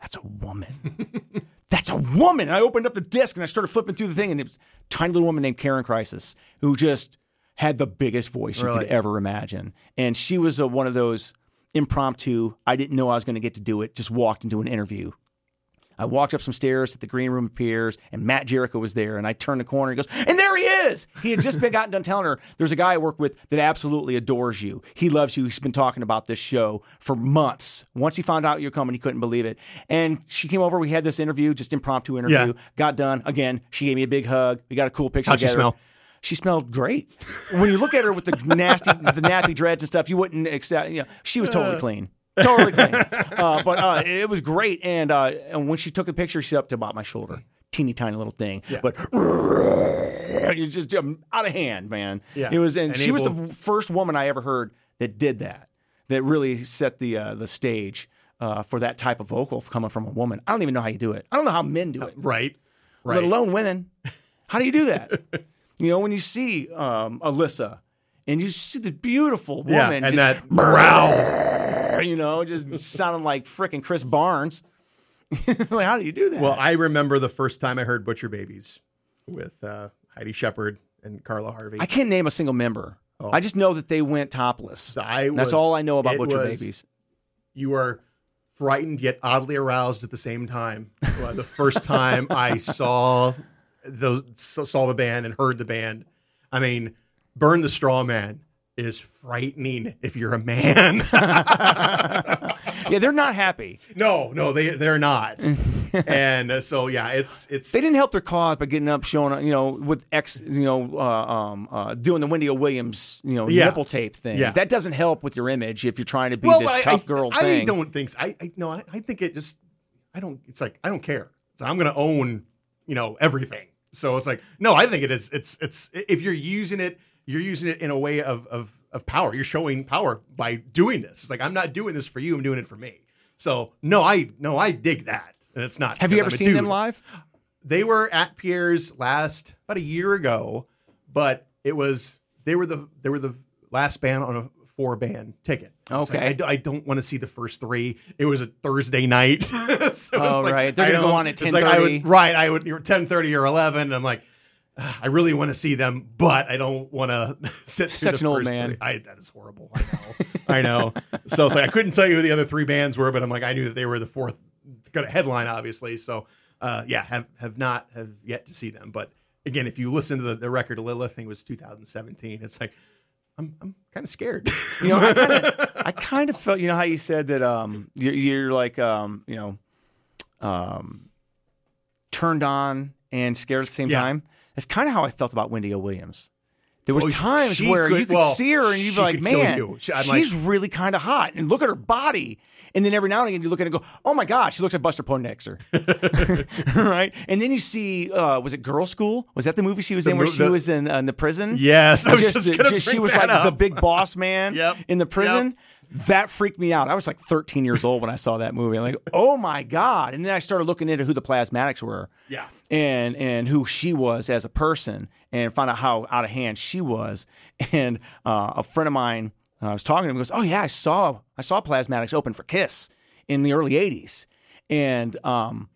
Speaker 6: "That's a woman. That's a woman." And I opened up the disc and I started flipping through the thing, and it was a tiny little woman named Karen Crisis who just had the biggest voice you
Speaker 5: Really?
Speaker 6: could ever imagine, and she was a, one of those impromptu. I didn't know I was going to get to do it. Just walked into an interview. I walked up some stairs at the green room appears, and Matt Jericho was there. And I turned the corner. He goes, and there he is. He had just been gotten done telling her there's a guy I work with that absolutely adores you. He loves you. He's been talking about this show for months. Once he found out you're coming, he couldn't believe it. And she came over. We had this interview, just impromptu interview.
Speaker 5: Yeah.
Speaker 6: Got done again. She gave me a big hug. We got a cool picture.
Speaker 5: How'd she
Speaker 6: together.
Speaker 5: smell?
Speaker 6: She smelled great. When you look at her with the nasty, the nappy dreads and stuff, you wouldn't accept. You know, she was
Speaker 5: Uh.
Speaker 6: totally clean, totally clean. Uh, but uh, it was great. And uh, and when she took a picture, she's up to about my shoulder, teeny tiny little thing. But you just um, out of hand, man.
Speaker 5: Yeah.
Speaker 6: It was, and she was
Speaker 5: Enable-
Speaker 6: the first woman I ever heard that did that. That really set the uh, the stage. Uh, for that type of vocal coming from a woman, I don't even know how you do it. I don't know how men do it
Speaker 5: [laughs] Right. Right.
Speaker 6: let alone women. How do you
Speaker 5: [laughs]
Speaker 6: do that? you know, when you see um, Alyssa and you see the beautiful woman,
Speaker 5: yeah, and
Speaker 6: just, [laughs]
Speaker 5: that growl.
Speaker 6: you know, just sounding like freaking Chris Barnes. [laughs] like, how do you do that?
Speaker 5: Well, I remember the first time I heard Butcher Babies with uh, Heidi Shepard and Carla Harvey.
Speaker 6: I can't name a single member. I just know that they went topless.
Speaker 5: Oh. I
Speaker 6: That's
Speaker 5: was-
Speaker 6: all I know about
Speaker 5: it
Speaker 6: Butcher
Speaker 5: was-
Speaker 6: Babies.
Speaker 5: you are frightened yet oddly aroused at the same time. Well, the first time I saw those saw the band and heard the band, I mean, "Burn the Straw Man" is frightening if you're a man. [laughs]
Speaker 6: Yeah, they're not happy.
Speaker 5: no, no, they they're
Speaker 6: [laughs]
Speaker 5: not. and uh, so yeah, it's it's
Speaker 6: They didn't help their cause by getting up, showing, you know, with ex, you know, uh, um, uh, doing the Wendy O. Williams, you know,
Speaker 5: Yeah.
Speaker 6: nipple tape thing.
Speaker 5: Yeah.
Speaker 6: That doesn't help with your image if you're trying to be this
Speaker 5: I-
Speaker 6: tough
Speaker 5: I-
Speaker 6: girl
Speaker 5: I,
Speaker 6: thing.
Speaker 5: don't think so. I, I no, I, I think it just I don't it's like I don't care. So I'm gonna own, you know, everything. So it's like, no, I think it is it's it's if you're using it, you're using it in a way of of of power. You're showing power by doing this. It's like I'm not doing this for you, I'm doing it for me. So no, I no, I dig that. And it's not
Speaker 6: Have you ever
Speaker 5: because I'm a
Speaker 6: seen them
Speaker 5: dude.
Speaker 6: live?
Speaker 5: They were at Pierre's last about a year ago, but it was they were the they were the last band on a four band ticket. It's like,
Speaker 6: Okay.
Speaker 5: I, d- I don't want to see the first three. It was a Thursday night. [laughs] so it's
Speaker 6: Oh, right. They're
Speaker 5: I
Speaker 6: gonna go
Speaker 5: don't-
Speaker 6: on at
Speaker 5: it's like I would-
Speaker 6: 10:30.
Speaker 5: Right, I would. You're ten thirty or eleven. And I'm like, "Ah, I really want to see them, but I don't want to [laughs] sit. through the
Speaker 6: Such an old
Speaker 5: first
Speaker 6: man.
Speaker 5: three." I, that is horrible. I know. I know. So it's like I couldn't tell you who the other three bands were, but I'm like I knew that they were the fourth got a headline, obviously. So uh, yeah, have have not have yet to see them. But again, if you listen to the, the record Lilith thing was 2017, it's like I'm I'm kind of scared. [laughs]
Speaker 6: You know, I kind of, I kind of felt. You know how you said that, um, you're, you're like, um, you know, um, turned on and scared at the same
Speaker 5: Yeah.
Speaker 6: time. That's kind of how I felt about Wendy O. Williams. There was
Speaker 5: Oh,
Speaker 6: times
Speaker 5: she
Speaker 6: where
Speaker 5: could-
Speaker 6: you could
Speaker 5: well,
Speaker 6: see her and you'd
Speaker 5: she
Speaker 6: be like,
Speaker 5: could kill
Speaker 6: man,
Speaker 5: you. She- I'm like-
Speaker 6: she's really kind of hot. And look at her body. And then every now and again, you look at it and go, oh my God, she looks like
Speaker 5: [laughs]
Speaker 6: Buster Poindexter. [laughs] right? And then you see, uh, was it Girl School? Was that the movie she was in where
Speaker 5: mo-
Speaker 6: she
Speaker 5: the-
Speaker 6: was in, uh, in the prison?
Speaker 5: Yes, I was just
Speaker 6: the-
Speaker 5: gonna
Speaker 6: she
Speaker 5: bring
Speaker 6: was
Speaker 5: that
Speaker 6: like the
Speaker 5: up.
Speaker 6: big boss
Speaker 5: [laughs]
Speaker 6: man
Speaker 5: Yep.
Speaker 6: in the prison. That freaked me out. I was like 13 years old when I saw that movie. I'm like, oh my god! And then I started looking into who the Plasmatics were,
Speaker 5: Yeah.
Speaker 6: and and who she was as a person, and found out how out of hand she was. And uh, a friend of mine, uh, I was talking to him, he goes, oh yeah, I saw I saw Plasmatics open for Kiss in the early 80s, and um,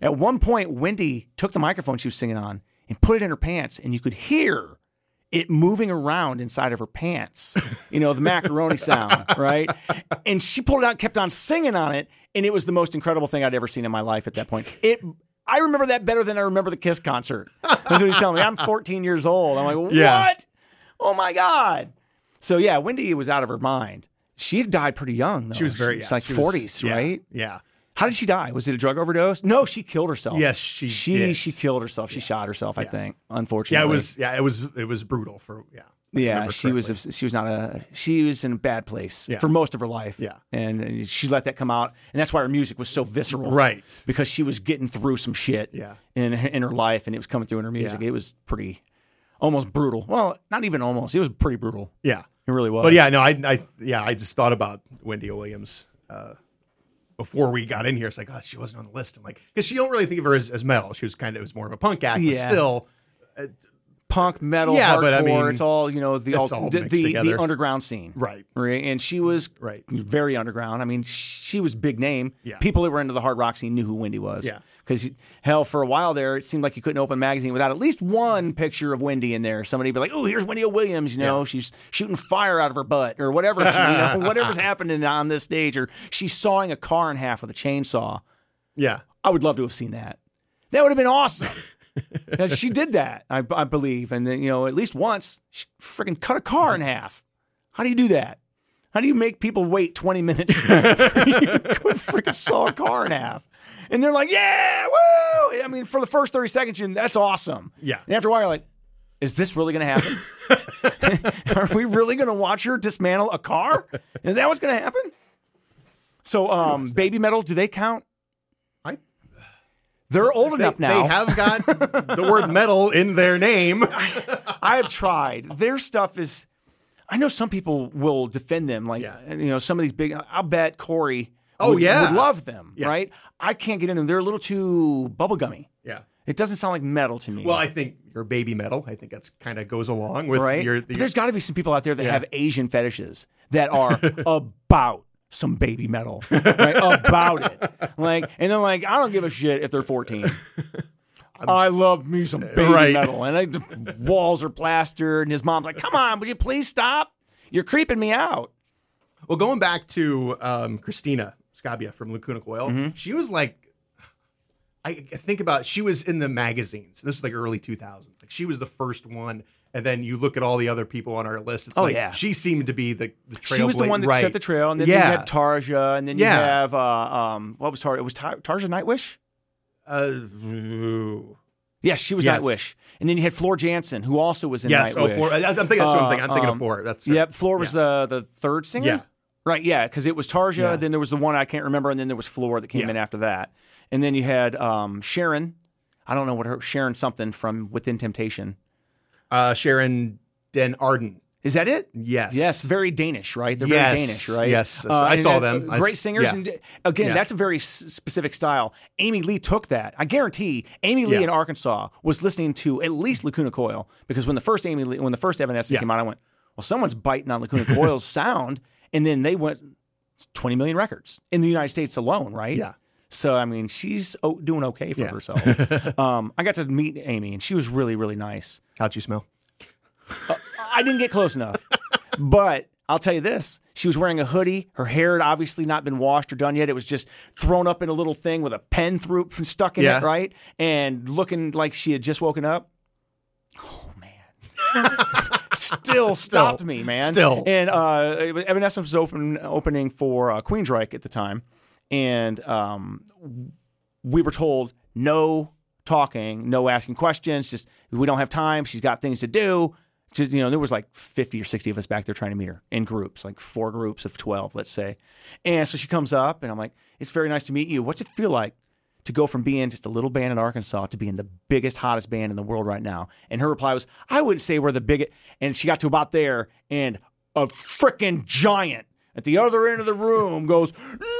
Speaker 6: at one point, Wendy took the microphone she was singing on and put it in her pants, and you could hear it moving around inside of her pants. You know, the
Speaker 5: [laughs]
Speaker 6: macaroni sound, right? And she pulled it out and kept on singing on it, and it was the most incredible thing I'd ever seen in my life at that point. It I remember that better than I remember the KISS concert. That's what he's telling me. I'm 14 years old. I'm like,
Speaker 5: [laughs]
Speaker 6: what?
Speaker 5: Yeah.
Speaker 6: Oh my God. So yeah, Wendy was out of her mind. She had died pretty young, though.
Speaker 5: She was very
Speaker 6: She's
Speaker 5: yeah,
Speaker 6: Oh, like
Speaker 5: she was-
Speaker 6: 40s,
Speaker 5: yeah,
Speaker 6: right?
Speaker 5: Yeah.
Speaker 6: How did she die? Was it a drug overdose? No, she killed herself.
Speaker 5: Yes, she
Speaker 6: she
Speaker 5: did.
Speaker 6: she killed herself. She shot herself. I think.
Speaker 5: Yeah,
Speaker 6: Unfortunately,
Speaker 5: it was yeah, it was it was brutal for yeah.
Speaker 6: Yeah,
Speaker 5: remember
Speaker 6: she was.
Speaker 5: correctly.
Speaker 6: She was not a. She was in a bad place
Speaker 5: Yeah.
Speaker 6: for most of her life.
Speaker 5: Yeah.
Speaker 6: and she let that come out, and that's why her music was so visceral.
Speaker 5: Right.
Speaker 6: because she was getting through some shit.
Speaker 5: Yeah.
Speaker 6: in in her life, and it was coming through in her music.
Speaker 5: Yeah.
Speaker 6: It was pretty, almost brutal. Well, not even almost. It was pretty brutal.
Speaker 5: Yeah.
Speaker 6: It really was.
Speaker 5: But yeah, no, I, I yeah, I just thought about Wendy Williams uh, before we got in here. It's like, oh, she wasn't on the list. I'm like, because she don't really think of her as, as metal. She was kind of it was more of a punk act,
Speaker 6: Yeah.
Speaker 5: but still,
Speaker 6: punk metal,
Speaker 5: Yeah,
Speaker 6: hardcore.
Speaker 5: but I mean,
Speaker 6: it's all you know the
Speaker 5: it's
Speaker 6: all
Speaker 5: all
Speaker 6: the,
Speaker 5: mixed
Speaker 6: the, the
Speaker 5: together.
Speaker 6: underground scene,
Speaker 5: Right.
Speaker 6: Right, and she was
Speaker 5: Right.
Speaker 6: very underground. I mean, she was big name.
Speaker 5: Yeah.
Speaker 6: people that were into the hard rock scene knew who Wendy was.
Speaker 5: Yeah.
Speaker 6: because hell, for a while there, it seemed like you couldn't open a magazine without at least one picture of Wendy in there. Somebody'd be like, "Oh, here's Wendy O. Williams. You know, she's shooting fire out of her butt, or whatever. She,
Speaker 5: [laughs]
Speaker 6: you know, whatever's happening on this stage, or she's sawing a car in half with a chainsaw."
Speaker 5: yeah,
Speaker 6: I would love to have seen that. That would have been awesome. Now, she did that, I, I believe, and then you know at least once she freaking cut a car in half. How do you do that? How do you make people wait twenty minutes? [laughs] for you to go freaking saw a car in half, and they're like, "Yeah, woo!" I mean, for the first thirty seconds, you're, that's awesome.
Speaker 5: Yeah.
Speaker 6: and after a while, you're like, "Is this really going to happen? Are we really going to watch her dismantle a car? Is that what's going to happen?" So, um, baby metal, do they count?
Speaker 5: I-
Speaker 6: They're old
Speaker 5: They,
Speaker 6: enough now.
Speaker 5: they have got the
Speaker 6: [laughs]
Speaker 5: word metal in their name.
Speaker 6: I have tried. Their stuff is. I know some people will defend them, like
Speaker 5: Yeah.
Speaker 6: you know some of these big. I'll bet Corey.
Speaker 5: Oh,
Speaker 6: would,
Speaker 5: yeah.
Speaker 6: would love them,
Speaker 5: Yeah.
Speaker 6: right? I can't get into them. They're a little too bubblegummy.
Speaker 5: Yeah.
Speaker 6: It doesn't sound like metal to me.
Speaker 5: Well, I think your baby metal. I think that's kind of goes along with
Speaker 6: right?
Speaker 5: your.
Speaker 6: But
Speaker 5: your
Speaker 6: there's got to be some people out there that
Speaker 5: Yeah.
Speaker 6: have Asian fetishes that
Speaker 5: [laughs]
Speaker 6: are about some baby metal, right? about it, like, and then like, I don't give a shit if they're 14. I love me some baby
Speaker 5: Right.
Speaker 6: metal, and I, the walls are plastered, and his mom's like, "Come on, would you please stop? You're creeping me out."
Speaker 5: well, going back to um, Christina Scabia from Lacuna Coil,
Speaker 6: Mm-hmm.
Speaker 5: she was like, I think about she was in the magazines. This is like early 2000s. Like she was the first one. And then you look at all the other people on our list. It's
Speaker 6: Oh,
Speaker 5: like,
Speaker 6: yeah.
Speaker 5: she seemed to be the, the trailblazer.
Speaker 6: She was the one that
Speaker 5: right.
Speaker 6: set the trail, and then
Speaker 5: yeah.
Speaker 6: you have Tarja, and then you
Speaker 5: Yeah.
Speaker 6: have uh, um, what was Tarja? It was Tar- Tarja Nightwish.
Speaker 5: Uh, ooh.
Speaker 6: Yes, she was
Speaker 5: Yes.
Speaker 6: Nightwish, and then you had Floor Jansen, who also was in
Speaker 5: yes. Oh,
Speaker 6: Nightwish.
Speaker 5: Floor. I, I'm thinking that's what I'm thinking. I'm thinking
Speaker 6: Um,
Speaker 5: of Floor. That's right.
Speaker 6: Yep, Floor was the the third singer.
Speaker 5: Yeah.
Speaker 6: right. Yeah, because it was Tarja.
Speaker 5: Yeah.
Speaker 6: Then there was the one I can't remember, and then there was Floor that came
Speaker 5: Yeah.
Speaker 6: in after that. And then you had um, Sharon. I don't know what her Sharon something from Within Temptation.
Speaker 5: Uh, Sharon Den Arden.
Speaker 6: Is that it?
Speaker 5: Yes.
Speaker 6: Yes, very Danish, right? They're
Speaker 5: Yes,
Speaker 6: very Danish, right?
Speaker 5: yes. I saw
Speaker 6: and, uh,
Speaker 5: them. I
Speaker 6: Great
Speaker 5: s-
Speaker 6: singers,
Speaker 5: yeah.
Speaker 6: and d- again,
Speaker 5: Yeah.
Speaker 6: that's a very s- specific style. Amy Lee took that. I guarantee Amy Lee
Speaker 5: Yeah.
Speaker 6: in Arkansas was listening to at least Lacuna Coil because when the first Amy Lee, when the first Evanescence
Speaker 5: Yeah.
Speaker 6: came out, I went, "Well, someone's biting on Lacuna
Speaker 5: [laughs]
Speaker 6: Coil's sound," and then they went 20 million records in the United States alone, right?
Speaker 5: Yeah.
Speaker 6: So I mean, she's o- doing okay for
Speaker 5: Yeah.
Speaker 6: herself. um, I got to meet Amy, and she was really, really nice.
Speaker 5: How'd you smell?
Speaker 6: I didn't get close enough. but I'll tell you this: she was wearing a hoodie. Her hair had obviously not been washed or done yet. It was just thrown up in a little thing with a pen through stuck in
Speaker 5: Yeah.
Speaker 6: it, right? And looking like she had just woken up. Oh man! [laughs] Still stopped me, man.
Speaker 5: Still.
Speaker 6: And uh, Evanescence was open opening for uh, Queensryche at the time, and um, we were told no talking, no asking questions. Just we don't have time. She's got things to do. Just you know, there was like fifty or sixty of us back there trying to meet her in groups, like four groups of twelve, let's say. And so she comes up, and I'm like, "It's very nice to meet you. What's it feel like to go from being just a little band in Arkansas to being the biggest, hottest band in the world right now?" And her reply was, "I wouldn't say we're the biggest." And she got to about there, and a freaking giant at the other end of the room goes,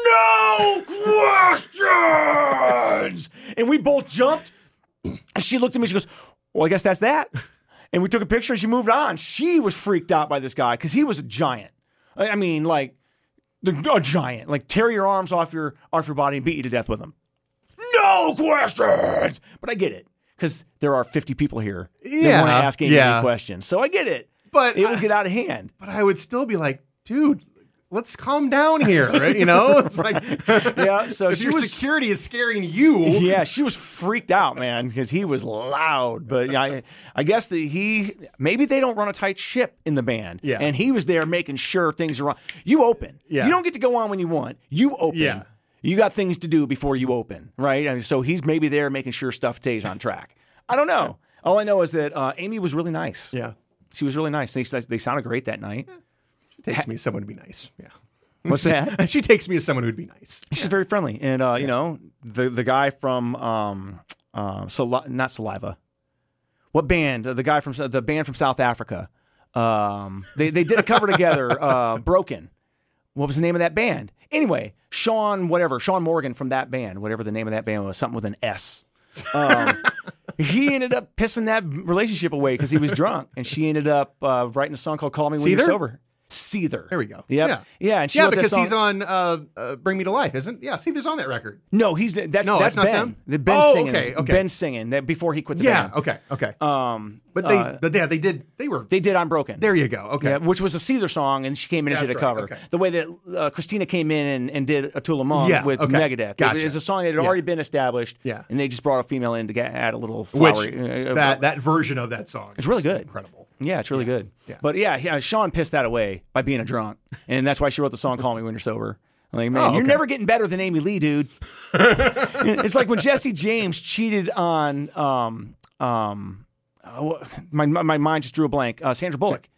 Speaker 6: "No questions!" And we both jumped. And she looked at me. She goes, "Well, I guess that's that." And we took a picture, and she moved on. She was freaked out by this guy because he was a giant. I I mean, like a giant. Like tear your arms off your off your body and beat you to death with them. No questions. But I get it because there are fifty people here that
Speaker 5: Yeah,
Speaker 6: want to ask Amy
Speaker 5: yeah.
Speaker 6: any questions. So I get it.
Speaker 5: But
Speaker 6: it will
Speaker 5: I-
Speaker 6: get out of hand.
Speaker 5: But I would still be like, dude, let's calm down here. Right? You know, [laughs] it's like
Speaker 6: Yeah. So
Speaker 5: [laughs] if
Speaker 6: she
Speaker 5: your
Speaker 6: was.
Speaker 5: security is scaring you.
Speaker 6: yeah, she was freaked out, man, because he was loud. But yeah, I, I guess that he maybe they don't run a tight ship in the band.
Speaker 5: Yeah.
Speaker 6: and he was there making sure things are on. You open.
Speaker 5: Yeah.
Speaker 6: you don't get to go on when you want. You open.
Speaker 5: Yeah.
Speaker 6: you got things to do before you open, right? And so he's maybe there making sure stuff stays on track. I don't know. All I know is that uh, Amy was really nice.
Speaker 5: Yeah. Hmm.
Speaker 6: she was really nice. They they sounded great that night.
Speaker 5: She takes me as someone to be nice. Yeah. [laughs]
Speaker 6: What's that?
Speaker 5: And she takes me as someone who'd be nice.
Speaker 6: She's very friendly, and uh, you know the the guy from um, uh, Sali- not saliva. What band? The guy from the band from South Africa. Um, they they did a cover together. [laughs] Uh, Broken. What was the name of that band? Anyway, Sean whatever Sean Morgan from that band, whatever the name of that band was, something with an S.
Speaker 5: [laughs]
Speaker 6: Um, he ended up pissing that relationship away because he was drunk, and she ended up uh, writing a song called "Call Me When You're
Speaker 5: Seether?
Speaker 6: Sober." Seether.
Speaker 5: There we go.
Speaker 6: Yep.
Speaker 5: Yeah.
Speaker 6: Yeah, and she
Speaker 5: yeah,
Speaker 6: wrote that
Speaker 5: because
Speaker 6: song-
Speaker 5: he's on uh, uh, Bring Me to Life, isn't? Yeah, Seether's on that record.
Speaker 6: No, he's that's
Speaker 5: No,
Speaker 6: that's
Speaker 5: that's not
Speaker 6: Ben.
Speaker 5: them?
Speaker 6: The Ben
Speaker 5: Oh,
Speaker 6: singing.
Speaker 5: okay, okay.
Speaker 6: Ben singing that before he quit the
Speaker 5: Yeah.
Speaker 6: band.
Speaker 5: Okay. Okay.
Speaker 6: Um,
Speaker 5: but they,
Speaker 6: uh,
Speaker 5: but yeah, they did. They were.
Speaker 6: they did Unbroken.
Speaker 5: there you go. Okay.
Speaker 6: Yeah, which was a Seether song, and she came in and
Speaker 5: That's
Speaker 6: did a
Speaker 5: right,
Speaker 6: cover.
Speaker 5: okay.
Speaker 6: The way that uh, Christina came in and, and did Atula Mom
Speaker 5: Yeah,
Speaker 6: with
Speaker 5: okay,
Speaker 6: Megadeth.
Speaker 5: gotcha.
Speaker 6: It was a song that had already been established,
Speaker 5: Yeah.
Speaker 6: and they just brought a female in to get, add a little
Speaker 5: Which
Speaker 6: flowery. uh,
Speaker 5: that that version of that song. It's
Speaker 6: really good.
Speaker 5: Incredible.
Speaker 6: yeah, it's really good. But yeah, yeah, Sean pissed that away by being a drunk, and that's why she wrote the song "Call Me When You're Sober." I'm like, man,
Speaker 5: Oh,
Speaker 6: you're
Speaker 5: okay.
Speaker 6: never getting better than Amy
Speaker 5: [laughs]
Speaker 6: Lee, dude. it's like when Jesse James cheated on um um oh, my my my mind just drew a blank. Uh, Sandra Bullock.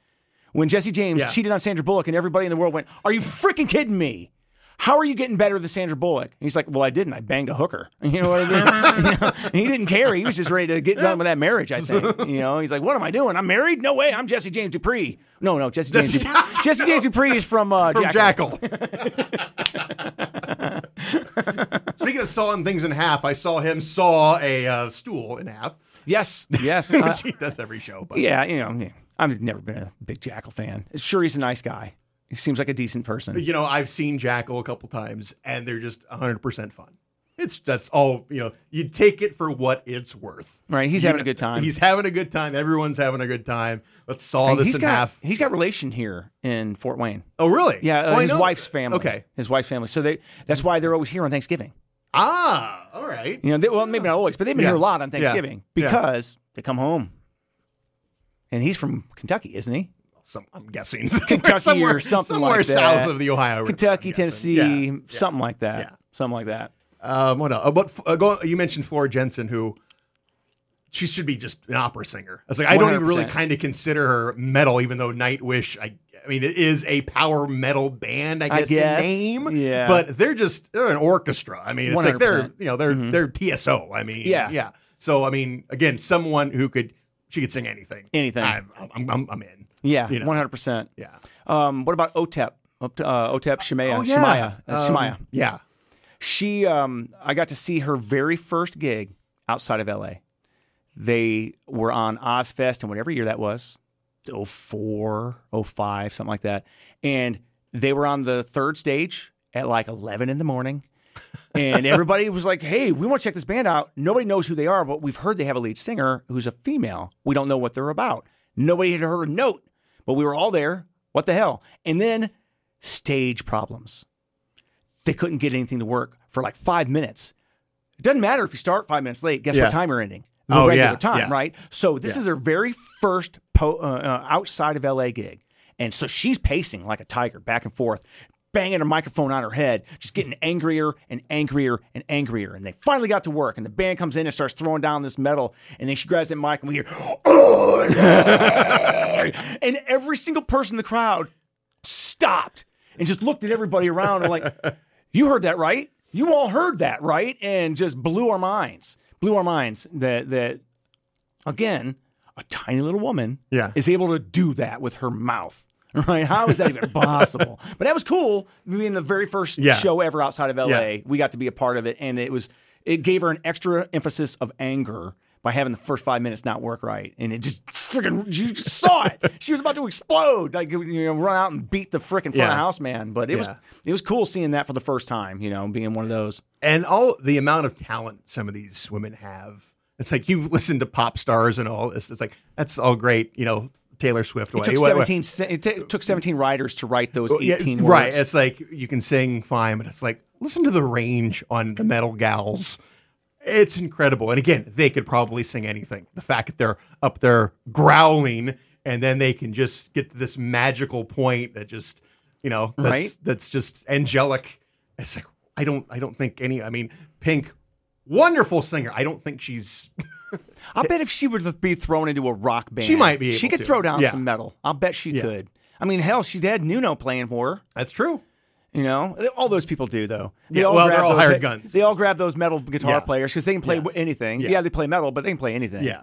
Speaker 6: When Jesse James
Speaker 5: Yeah.
Speaker 6: cheated on Sandra Bullock, and everybody in the world went, "Are you freaking kidding me?" How are you getting better than Sandra Bullock? And he's like, Well, I didn't. I banged a hooker. [laughs] You know what I mean? [laughs] You know, and he didn't care. He was just ready to get done with that marriage, I think. You know, he's like, What am I doing? I'm married? No way. I'm Jesse James Dupree. No, no, Jesse James.
Speaker 5: Jesse- [laughs]
Speaker 6: Jesse, James Dupree is from, uh,
Speaker 5: From
Speaker 6: Jackal.
Speaker 5: Jackal.
Speaker 6: [laughs]
Speaker 5: [laughs] Speaking of sawing things in half, I saw him saw a uh, stool in half,
Speaker 6: Yes,
Speaker 5: [laughs]
Speaker 6: yes.
Speaker 5: which
Speaker 6: uh,
Speaker 5: he does every show. But
Speaker 6: yeah, you know, yeah. I've never been a big Jackal fan. Sure, he's a nice guy. He seems like a decent person.
Speaker 5: you know, I've seen Jackal a couple times, and they're just 100 percent fun. It's that's all you know. You take it for what it's worth.
Speaker 6: Right, he's
Speaker 5: You
Speaker 6: having
Speaker 5: know,
Speaker 6: a good time.
Speaker 5: He's having a good time. Everyone's having a good time. Let's saw
Speaker 6: Hey,
Speaker 5: this
Speaker 6: he's
Speaker 5: in
Speaker 6: got
Speaker 5: half.
Speaker 6: he's got relation here in Fort Wayne.
Speaker 5: Oh, really?
Speaker 6: Yeah, uh,
Speaker 5: Oh, I
Speaker 6: his
Speaker 5: know.
Speaker 6: wife's family.
Speaker 5: Okay.
Speaker 6: his wife's family. So they that's why they're always here on Thanksgiving.
Speaker 5: Ah, all right.
Speaker 6: You know, they, well, maybe not always, but they've been
Speaker 5: Yeah.
Speaker 6: here a lot on
Speaker 5: Yeah.
Speaker 6: Thanksgiving
Speaker 5: Yeah.
Speaker 6: because they come home. And he's from Kentucky, isn't he?
Speaker 5: Some, I'm guessing [laughs]
Speaker 6: Kentucky or
Speaker 5: somewhere,
Speaker 6: something
Speaker 5: somewhere
Speaker 6: like
Speaker 5: south
Speaker 6: that.
Speaker 5: of the Ohio River. I'm
Speaker 6: Kentucky,
Speaker 5: guessing.
Speaker 6: Tennessee,
Speaker 5: Yeah.
Speaker 6: something like that.
Speaker 5: Yeah.
Speaker 6: Something like that.
Speaker 5: Um, what else? Uh, But uh, go, you mentioned Flora Jensen, who she should be just an opera singer. I was like, I don't even really
Speaker 6: 100%.
Speaker 5: kind of consider her metal, even though Nightwish, I, I mean, it is a power metal band, I
Speaker 6: I
Speaker 5: guess,
Speaker 6: guess,
Speaker 5: in name.
Speaker 6: yeah.
Speaker 5: But they're just they're an orchestra. I mean, it's like they're
Speaker 6: 100%.
Speaker 5: you know they're they're TSO. I mean,
Speaker 6: Mm-hmm. Yeah.
Speaker 5: yeah. So I mean, again, someone who could she could sing anything,
Speaker 6: Anything.
Speaker 5: I'm I'm, I'm, I'm in.
Speaker 6: Yeah,
Speaker 5: You know.
Speaker 6: one hundred percent.
Speaker 5: Yeah.
Speaker 6: Um, what about Otep? Ot- Uh, Otep Shemaya. Shemaya. That's
Speaker 5: Oh, Um,
Speaker 6: Shemaya.
Speaker 5: Yeah.
Speaker 6: She, um, I got to see her very first gig outside of LA. They were on Ozfest and whatever year that was, 04, 05, something like that. And they were on the third stage at like 11 in the morning. And everybody was like, hey, we want to check this band out. Nobody knows who they are, but we've heard they have a lead singer who's a female. We don't know what they're about. Nobody had heard a note, but we were all there. What the hell? And then stage problems they couldn't get anything to work for like five minutes. It doesn't matter if you start five minutes late. Guess
Speaker 5: Yeah.
Speaker 6: what time you're ending? The
Speaker 5: Oh,
Speaker 6: regular
Speaker 5: yeah,
Speaker 6: time,
Speaker 5: yeah.
Speaker 6: right? So this
Speaker 5: Yeah.
Speaker 6: is her very first po- uh, uh, outside of LA gig, and so she's pacing like a tiger back and forth, banging her microphone on her head, just getting angrier and angrier and angrier. And they finally got to work, and the band comes in and starts throwing down this metal, and then she grabs that mic, and we hear, "Oh, no!" [laughs] and every single person in the crowd stopped and just looked at everybody around and like, you heard that right? You all heard that right? And just blew our minds. Blew our minds that that again, a tiny little woman
Speaker 5: Yeah.
Speaker 6: is able to do that with her mouth. [laughs] Right? How is that
Speaker 5: [laughs]
Speaker 6: even possible? But that was cool. Being the very first
Speaker 5: Yeah.
Speaker 6: show ever outside of LA,
Speaker 5: Yeah.
Speaker 6: we got to be a part of it, and it was it gave her an extra emphasis of anger by having the first five minutes not work right, and it just freaking you just
Speaker 5: [laughs]
Speaker 6: saw it. she was about to explode, like you know, run out and beat the freaking front
Speaker 5: Yeah.
Speaker 6: of house man. But it was
Speaker 5: Yeah.
Speaker 6: it was cool seeing that for the first time, you know, being one of those.
Speaker 5: and all the amount of talent some of these women have. It's like you listen to pop stars and all this. It's like that's all great, you know. Taylor Swift.
Speaker 6: It took seventeen. se- It ta- took seventeen writers to write those eighteen words.
Speaker 5: right? It's like you can sing fine, but it's like listen to the range on the metal gals. It's incredible. And again, they could probably sing anything. The fact that they're up there growling and then they can just get to this magical point that just you know that's,
Speaker 6: Right.
Speaker 5: that's just angelic. It's like I don't I don't think any. I mean, Pink, wonderful singer. I don't think she's
Speaker 6: I bet if she were to be thrown into a rock band,
Speaker 5: She might be
Speaker 6: She
Speaker 5: able
Speaker 6: could
Speaker 5: to.
Speaker 6: throw down
Speaker 5: Yeah.
Speaker 6: some metal. I'll bet she could. I mean, hell, she had Nuno playing for her.
Speaker 5: that's true.
Speaker 6: You know, all those people do though. They
Speaker 5: Yeah, well,
Speaker 6: grab
Speaker 5: they're all
Speaker 6: those-
Speaker 5: hired guns.
Speaker 6: They all grab those metal guitar
Speaker 5: Yeah.
Speaker 6: players because they can play
Speaker 5: Yeah.
Speaker 6: anything.
Speaker 5: Yeah.
Speaker 6: Yeah. they play metal, but they can play anything.
Speaker 5: Yeah.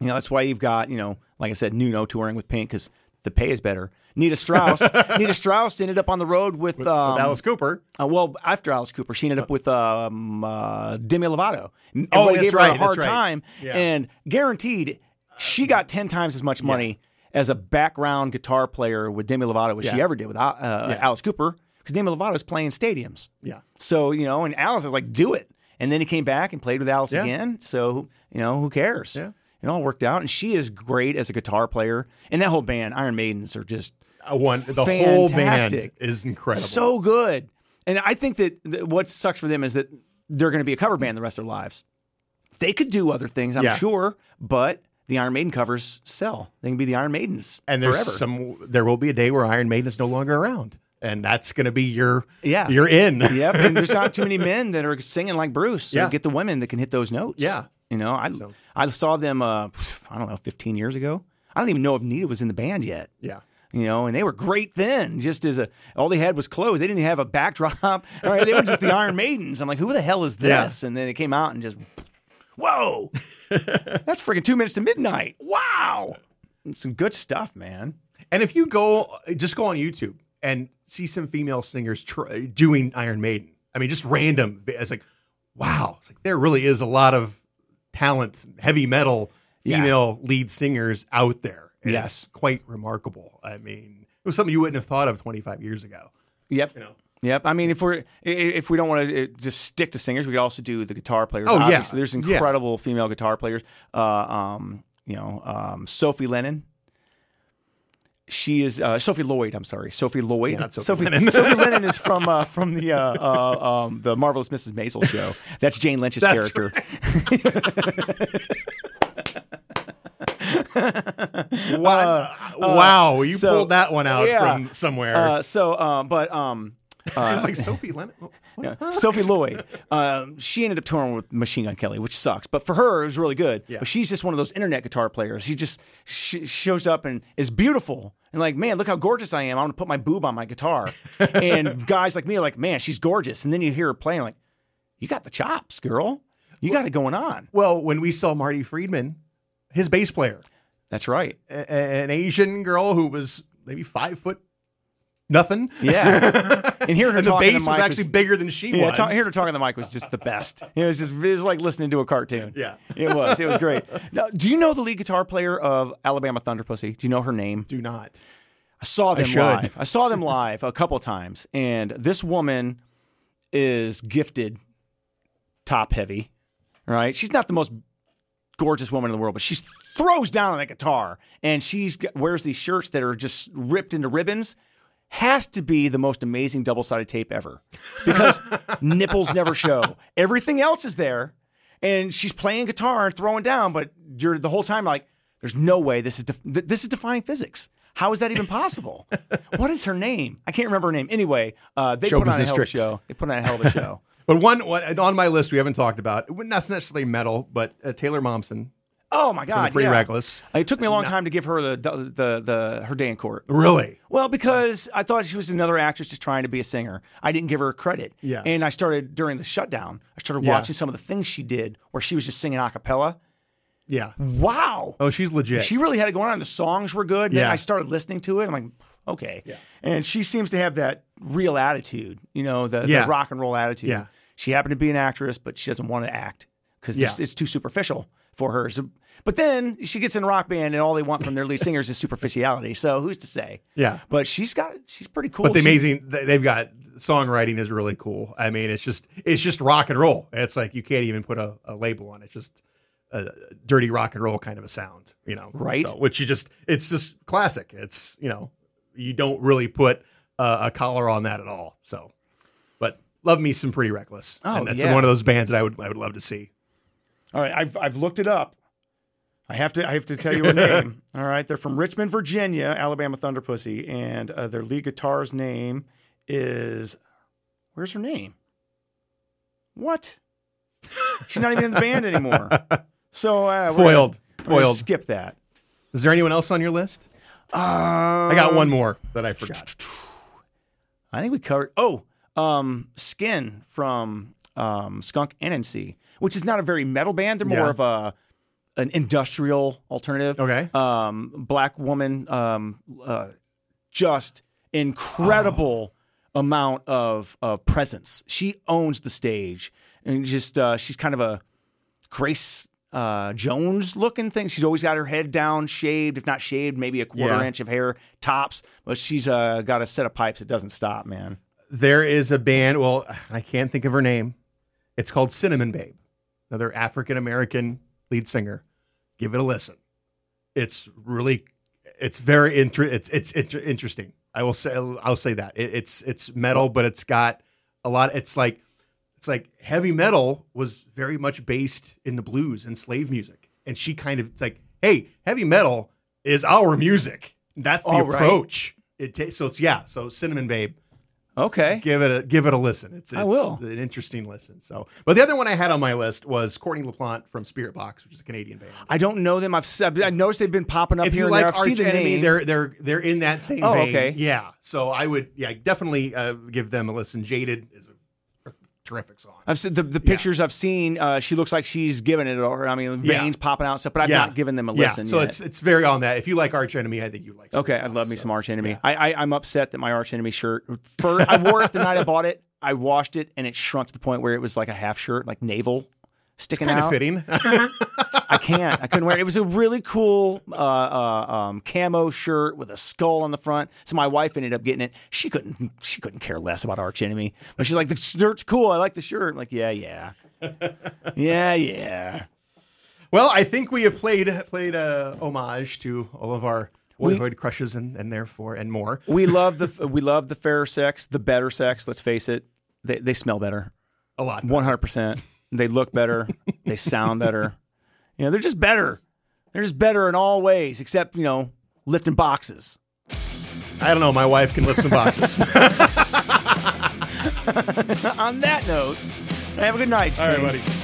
Speaker 6: you know that's why you've got you know, like I said, Nuno touring with Pink because the pay is better. Nita Strauss,
Speaker 5: [laughs]
Speaker 6: Nita Strauss ended up on the road with, um,
Speaker 5: With Alice Cooper.
Speaker 6: uh, well, after Alice Cooper, she ended up with um, uh, Demi Lovato. Everybody
Speaker 5: Uh, Oh, that's
Speaker 6: gave her
Speaker 5: right,
Speaker 6: a
Speaker 5: that's
Speaker 6: hard
Speaker 5: right.
Speaker 6: time,
Speaker 5: Yeah.
Speaker 6: and guaranteed, she got ten times as much money as a background guitar player with Demi Lovato as she
Speaker 5: Yeah.
Speaker 6: ever did with uh, uh, Alice Cooper because Demi Lovato is playing stadiums.
Speaker 5: Yeah.
Speaker 6: So you know, and Alice is like, "Do it," and then he came back and played with Alice
Speaker 5: Yeah.
Speaker 6: again. So you know, who cares?
Speaker 5: Yeah.
Speaker 6: It all worked out, and she is great as a guitar player. And that whole band, Iron Maidens, are just
Speaker 5: I want the whole band
Speaker 6: Fantastic.
Speaker 5: is incredible.
Speaker 6: so good. And I think that th- what sucks for them is that they're going to be a cover band the rest of their lives. They could do other things, I'm
Speaker 5: Yeah.
Speaker 6: sure, but the Iron Maiden covers sell. They can be the Iron Maidens
Speaker 5: and there's
Speaker 6: forever.
Speaker 5: some there will be a day where Iron Maiden is no longer around, and that's going to be your
Speaker 6: Yeah.
Speaker 5: you're in
Speaker 6: yep. And there's not too many men that are singing like Bruce. So
Speaker 5: Yeah.
Speaker 6: get the women that can hit those notes.
Speaker 5: Yeah.
Speaker 6: You know, I I saw them. Uh, I don't know, 15 years ago. I don't even know if Nita was in the band yet.
Speaker 5: [laughs] yeah.
Speaker 6: you know, and they were great then. Just as a, all they had was clothes. They didn't even have a backdrop. [laughs] All right, they were just the Iron Maidens. I'm like, who the hell is
Speaker 5: Yeah.
Speaker 6: this? And then it came out and just, whoa, that's freaking two minutes to midnight. Wow, some good stuff, man.
Speaker 5: And if you go, just go on YouTube and see some female singers tr- doing Iron Maiden. I mean, just random. It's like, wow. It's like there really is a lot of talent, heavy metal
Speaker 6: Yeah.
Speaker 5: female lead singers out there. And
Speaker 6: Yes.
Speaker 5: it's quite remarkable. I mean, it was something you wouldn't have thought of 25 years ago.
Speaker 6: Yep.
Speaker 5: know.
Speaker 6: Yep. I mean, if we're i- if we don't want to just stick to singers, we could also do the guitar players.
Speaker 5: Oh, yeah.
Speaker 6: obviously. There's
Speaker 5: Yeah.
Speaker 6: incredible female guitar players. Uh, um, you know, um, Sophie Lennon. She is uh, Sophie Lloyd. I'm sorry, Sophie Lloyd.
Speaker 5: not Sophie
Speaker 6: Sophie
Speaker 5: Lennon. [laughs]
Speaker 6: Sophie Lennon is from uh, from the uh, uh, um, the marvelous Mrs. Maisel show. That's Jane Lynch's
Speaker 5: That's
Speaker 6: character.
Speaker 5: Wow. wow. You
Speaker 6: Uh, so-
Speaker 5: pulled that one out
Speaker 6: yeah.
Speaker 5: from somewhere.
Speaker 6: Uh, so, uh, but um,
Speaker 5: it's like Sophie Lennon. What?
Speaker 6: [laughs] Sophie Lloyd. Um, she ended up touring with Machine Gun Kelly, which sucks. But for her, it was really good. But she's just one of those internet guitar players. She just she shows up and is beautiful. And like, man, look how gorgeous I am. I'm gonna put my boob on
Speaker 5: [laughs]
Speaker 6: my guitar. and guys like me are like, man, she's gorgeous. And then you hear her playing, like, you got the chops, girl. You got it going on.
Speaker 5: Well, when we saw Marty Friedman, his bass player, [laughs]
Speaker 6: That's right.
Speaker 5: a- an Asian girl who was maybe five foot nothing.
Speaker 6: Yeah. And hearing her
Speaker 5: And the
Speaker 6: talking to
Speaker 5: bass was
Speaker 6: Mike was-
Speaker 5: actually bigger than she
Speaker 6: Yeah,
Speaker 5: was.
Speaker 6: talk, hearing her talking on the mic was just the best. It was just it was like listening to a cartoon.
Speaker 5: Yeah.
Speaker 6: it was. It was great. Now, do you know the lead guitar player of Alabama Thunder Pussy? Do you know her name?
Speaker 5: Do not.
Speaker 6: I saw them
Speaker 5: should.
Speaker 6: live. I saw them live a couple times, and this woman is gifted, top heavy. Right? She's not the most gorgeous woman in the world, but she throws down on that guitar, and she's got- wears these shirts that are just ripped into ribbons. Has to be the most amazing double sided tape ever
Speaker 5: [laughs]
Speaker 6: because nipples never show. Everything else is there, and she's playing guitar and throwing down, but you're the whole time like, there's no way this is def- th- this is defying physics. How is that
Speaker 5: [laughs]
Speaker 6: even possible? what is her name? I can't remember her name. Anyway, uh, they
Speaker 5: Show
Speaker 6: put on a
Speaker 5: business
Speaker 6: hell
Speaker 5: tricks.
Speaker 6: of a show. They put on a hell of
Speaker 5: [laughs]
Speaker 6: a show.
Speaker 5: But one, one on my list we haven't talked about, not necessarily metal, but uh, Taylor Momsen,
Speaker 6: oh my
Speaker 5: from
Speaker 6: god,
Speaker 5: Pretty
Speaker 6: yeah.
Speaker 5: Reckless.
Speaker 6: It took me a long time to give her the the the her day in court.
Speaker 5: Really?
Speaker 6: Well, because I thought she was another actress just trying to be a singer. I didn't give her credit.
Speaker 5: Yeah.
Speaker 6: And I started during the shutdown. I started
Speaker 5: Yeah.
Speaker 6: watching some of the things she did where she was just singing a cappella.
Speaker 5: Yeah.
Speaker 6: Wow.
Speaker 5: Oh, she's legit.
Speaker 6: She really had it going on. The songs were good. Then
Speaker 5: Yeah.
Speaker 6: I started listening to it. I'm like, okay. And she seems to have that real attitude, you know, the, the
Speaker 5: Yeah.
Speaker 6: rock and roll attitude.
Speaker 5: Yeah.
Speaker 6: She happened to be an actress, but she doesn't want to act because
Speaker 5: Yeah.
Speaker 6: it's, it's too superficial for her. So, but then she gets in a rock band, and all they want from their lead [laughs] singers is superficiality. So who's to say?
Speaker 5: Yeah.
Speaker 6: But she's got she's pretty cool.
Speaker 5: but the
Speaker 6: She-
Speaker 5: amazing, they- they've got songwriting is really cool. I mean, it's just it's just rock and roll. It's like you can't even put a, a label on it. It's just a dirty rock and roll kind of a sound, you know?
Speaker 6: Right.
Speaker 5: So, which you just it's just classic. It's you know you don't really put uh, a collar on that at all. So, but love me some pretty reckless.
Speaker 6: Oh,
Speaker 5: and that's
Speaker 6: yeah.
Speaker 5: one of those bands that I would I would love to see.
Speaker 6: All right, I've I've looked it up. I have to I have to tell
Speaker 5: [laughs]
Speaker 6: you her name. All right, they're from Richmond, Virginia, Alabama Thunder Pussy, and uh, their lead guitar's name is where's her name? What? She's not even in the
Speaker 5: [laughs]
Speaker 6: band anymore. So uh, we're gonna-
Speaker 5: Foiled.
Speaker 6: we're gonna
Speaker 5: Foiled.
Speaker 6: Skip that.
Speaker 5: Is there anyone else on your list?
Speaker 6: I
Speaker 5: I
Speaker 6: Um,
Speaker 5: got one more that I forgot.
Speaker 6: I think we covered. Oh, um, Skin from um, Skunk Anansi, which is not a very metal band. They're more
Speaker 5: Yeah.
Speaker 6: of a an industrial alternative.
Speaker 5: Okay.
Speaker 6: Um, black woman, um, uh, just incredible
Speaker 5: Oh.
Speaker 6: amount of of presence. She owns the stage, and just uh, she's kind of a Grace. uh, Jones looking thing. She's always got her head down, shaved, if not shaved, maybe a quarter
Speaker 5: Yeah.
Speaker 6: inch of hair tops. But she's uh, got a set of pipes that doesn't stop, man.
Speaker 5: There is a band. Well, I can't think of her name. It's called Cinnamon Babe. Another African American lead singer. Give it a listen. It's really, it's very inter- It's it's inter- interesting. I will say I'll say that it, it's it's metal, but it's got a lot. It's like it's like heavy metal was very much based in the blues and slave music, and she kind of it's like, hey, heavy metal is our music. That's the
Speaker 6: All right.
Speaker 5: approach. It ta- so it's yeah. So Cinnamon Babe
Speaker 6: Okay.
Speaker 5: give it a give it a listen. It's, it's
Speaker 6: I will.
Speaker 5: an interesting listen. So, but the other one I had on my list was Courtney LaPlante from Spirit Box, which is a Canadian band.
Speaker 6: I don't know them. I've s- I've noticed they've been popping up
Speaker 5: If
Speaker 6: here
Speaker 5: you
Speaker 6: and
Speaker 5: like
Speaker 6: there. I've
Speaker 5: Arch
Speaker 6: seen the
Speaker 5: Enemy,
Speaker 6: name.
Speaker 5: they're they're they're in that same
Speaker 6: Oh,
Speaker 5: vein.
Speaker 6: okay.
Speaker 5: Yeah. So I would yeah definitely uh, give them a listen. Jaded is a terrific song.
Speaker 6: I've seen the, the pictures I've seen. Uh, she looks like she's giving it over. I mean,
Speaker 5: Yeah.
Speaker 6: veins popping out and stuff. But I've
Speaker 5: yeah.
Speaker 6: not given them a
Speaker 5: Yeah.
Speaker 6: listen.
Speaker 5: So
Speaker 6: yet.
Speaker 5: it's it's very on that. If you like Arch Enemy, I think you like.
Speaker 6: Okay,
Speaker 5: Spirit
Speaker 6: I love me
Speaker 5: Box,
Speaker 6: some
Speaker 5: so.
Speaker 6: Arch Enemy. I, I I'm upset that my Arch Enemy shirt. For, I wore it the night I bought it. I washed it and it shrunk to the point where it was like a half shirt, like navel sticking
Speaker 5: Kind
Speaker 6: out.
Speaker 5: of fitting. [laughs]
Speaker 6: I can't. I couldn't wear it. It was a really cool uh, uh, um, camo shirt with a skull on the front. So my wife ended up getting it. She couldn't. She couldn't care less about Arch Enemy, but she's like, "The shirt's cool. I like the shirt." I'm like, yeah, yeah, yeah, yeah.
Speaker 5: well, I think we have played played a homage to all of our boyhood crushes and and therefore and more.
Speaker 6: We love the we love the fairer sex, the better sex. Let's face it, they they smell better.
Speaker 5: A lot.
Speaker 6: One hundred percent. They look better. they sound better. You know, they're just better. They're just better in all ways, except you know, lifting boxes.
Speaker 5: I don't know. My wife can lift some boxes. [laughs]
Speaker 6: On that note, have a good night.
Speaker 5: All right,
Speaker 6: Shane.
Speaker 5: buddy.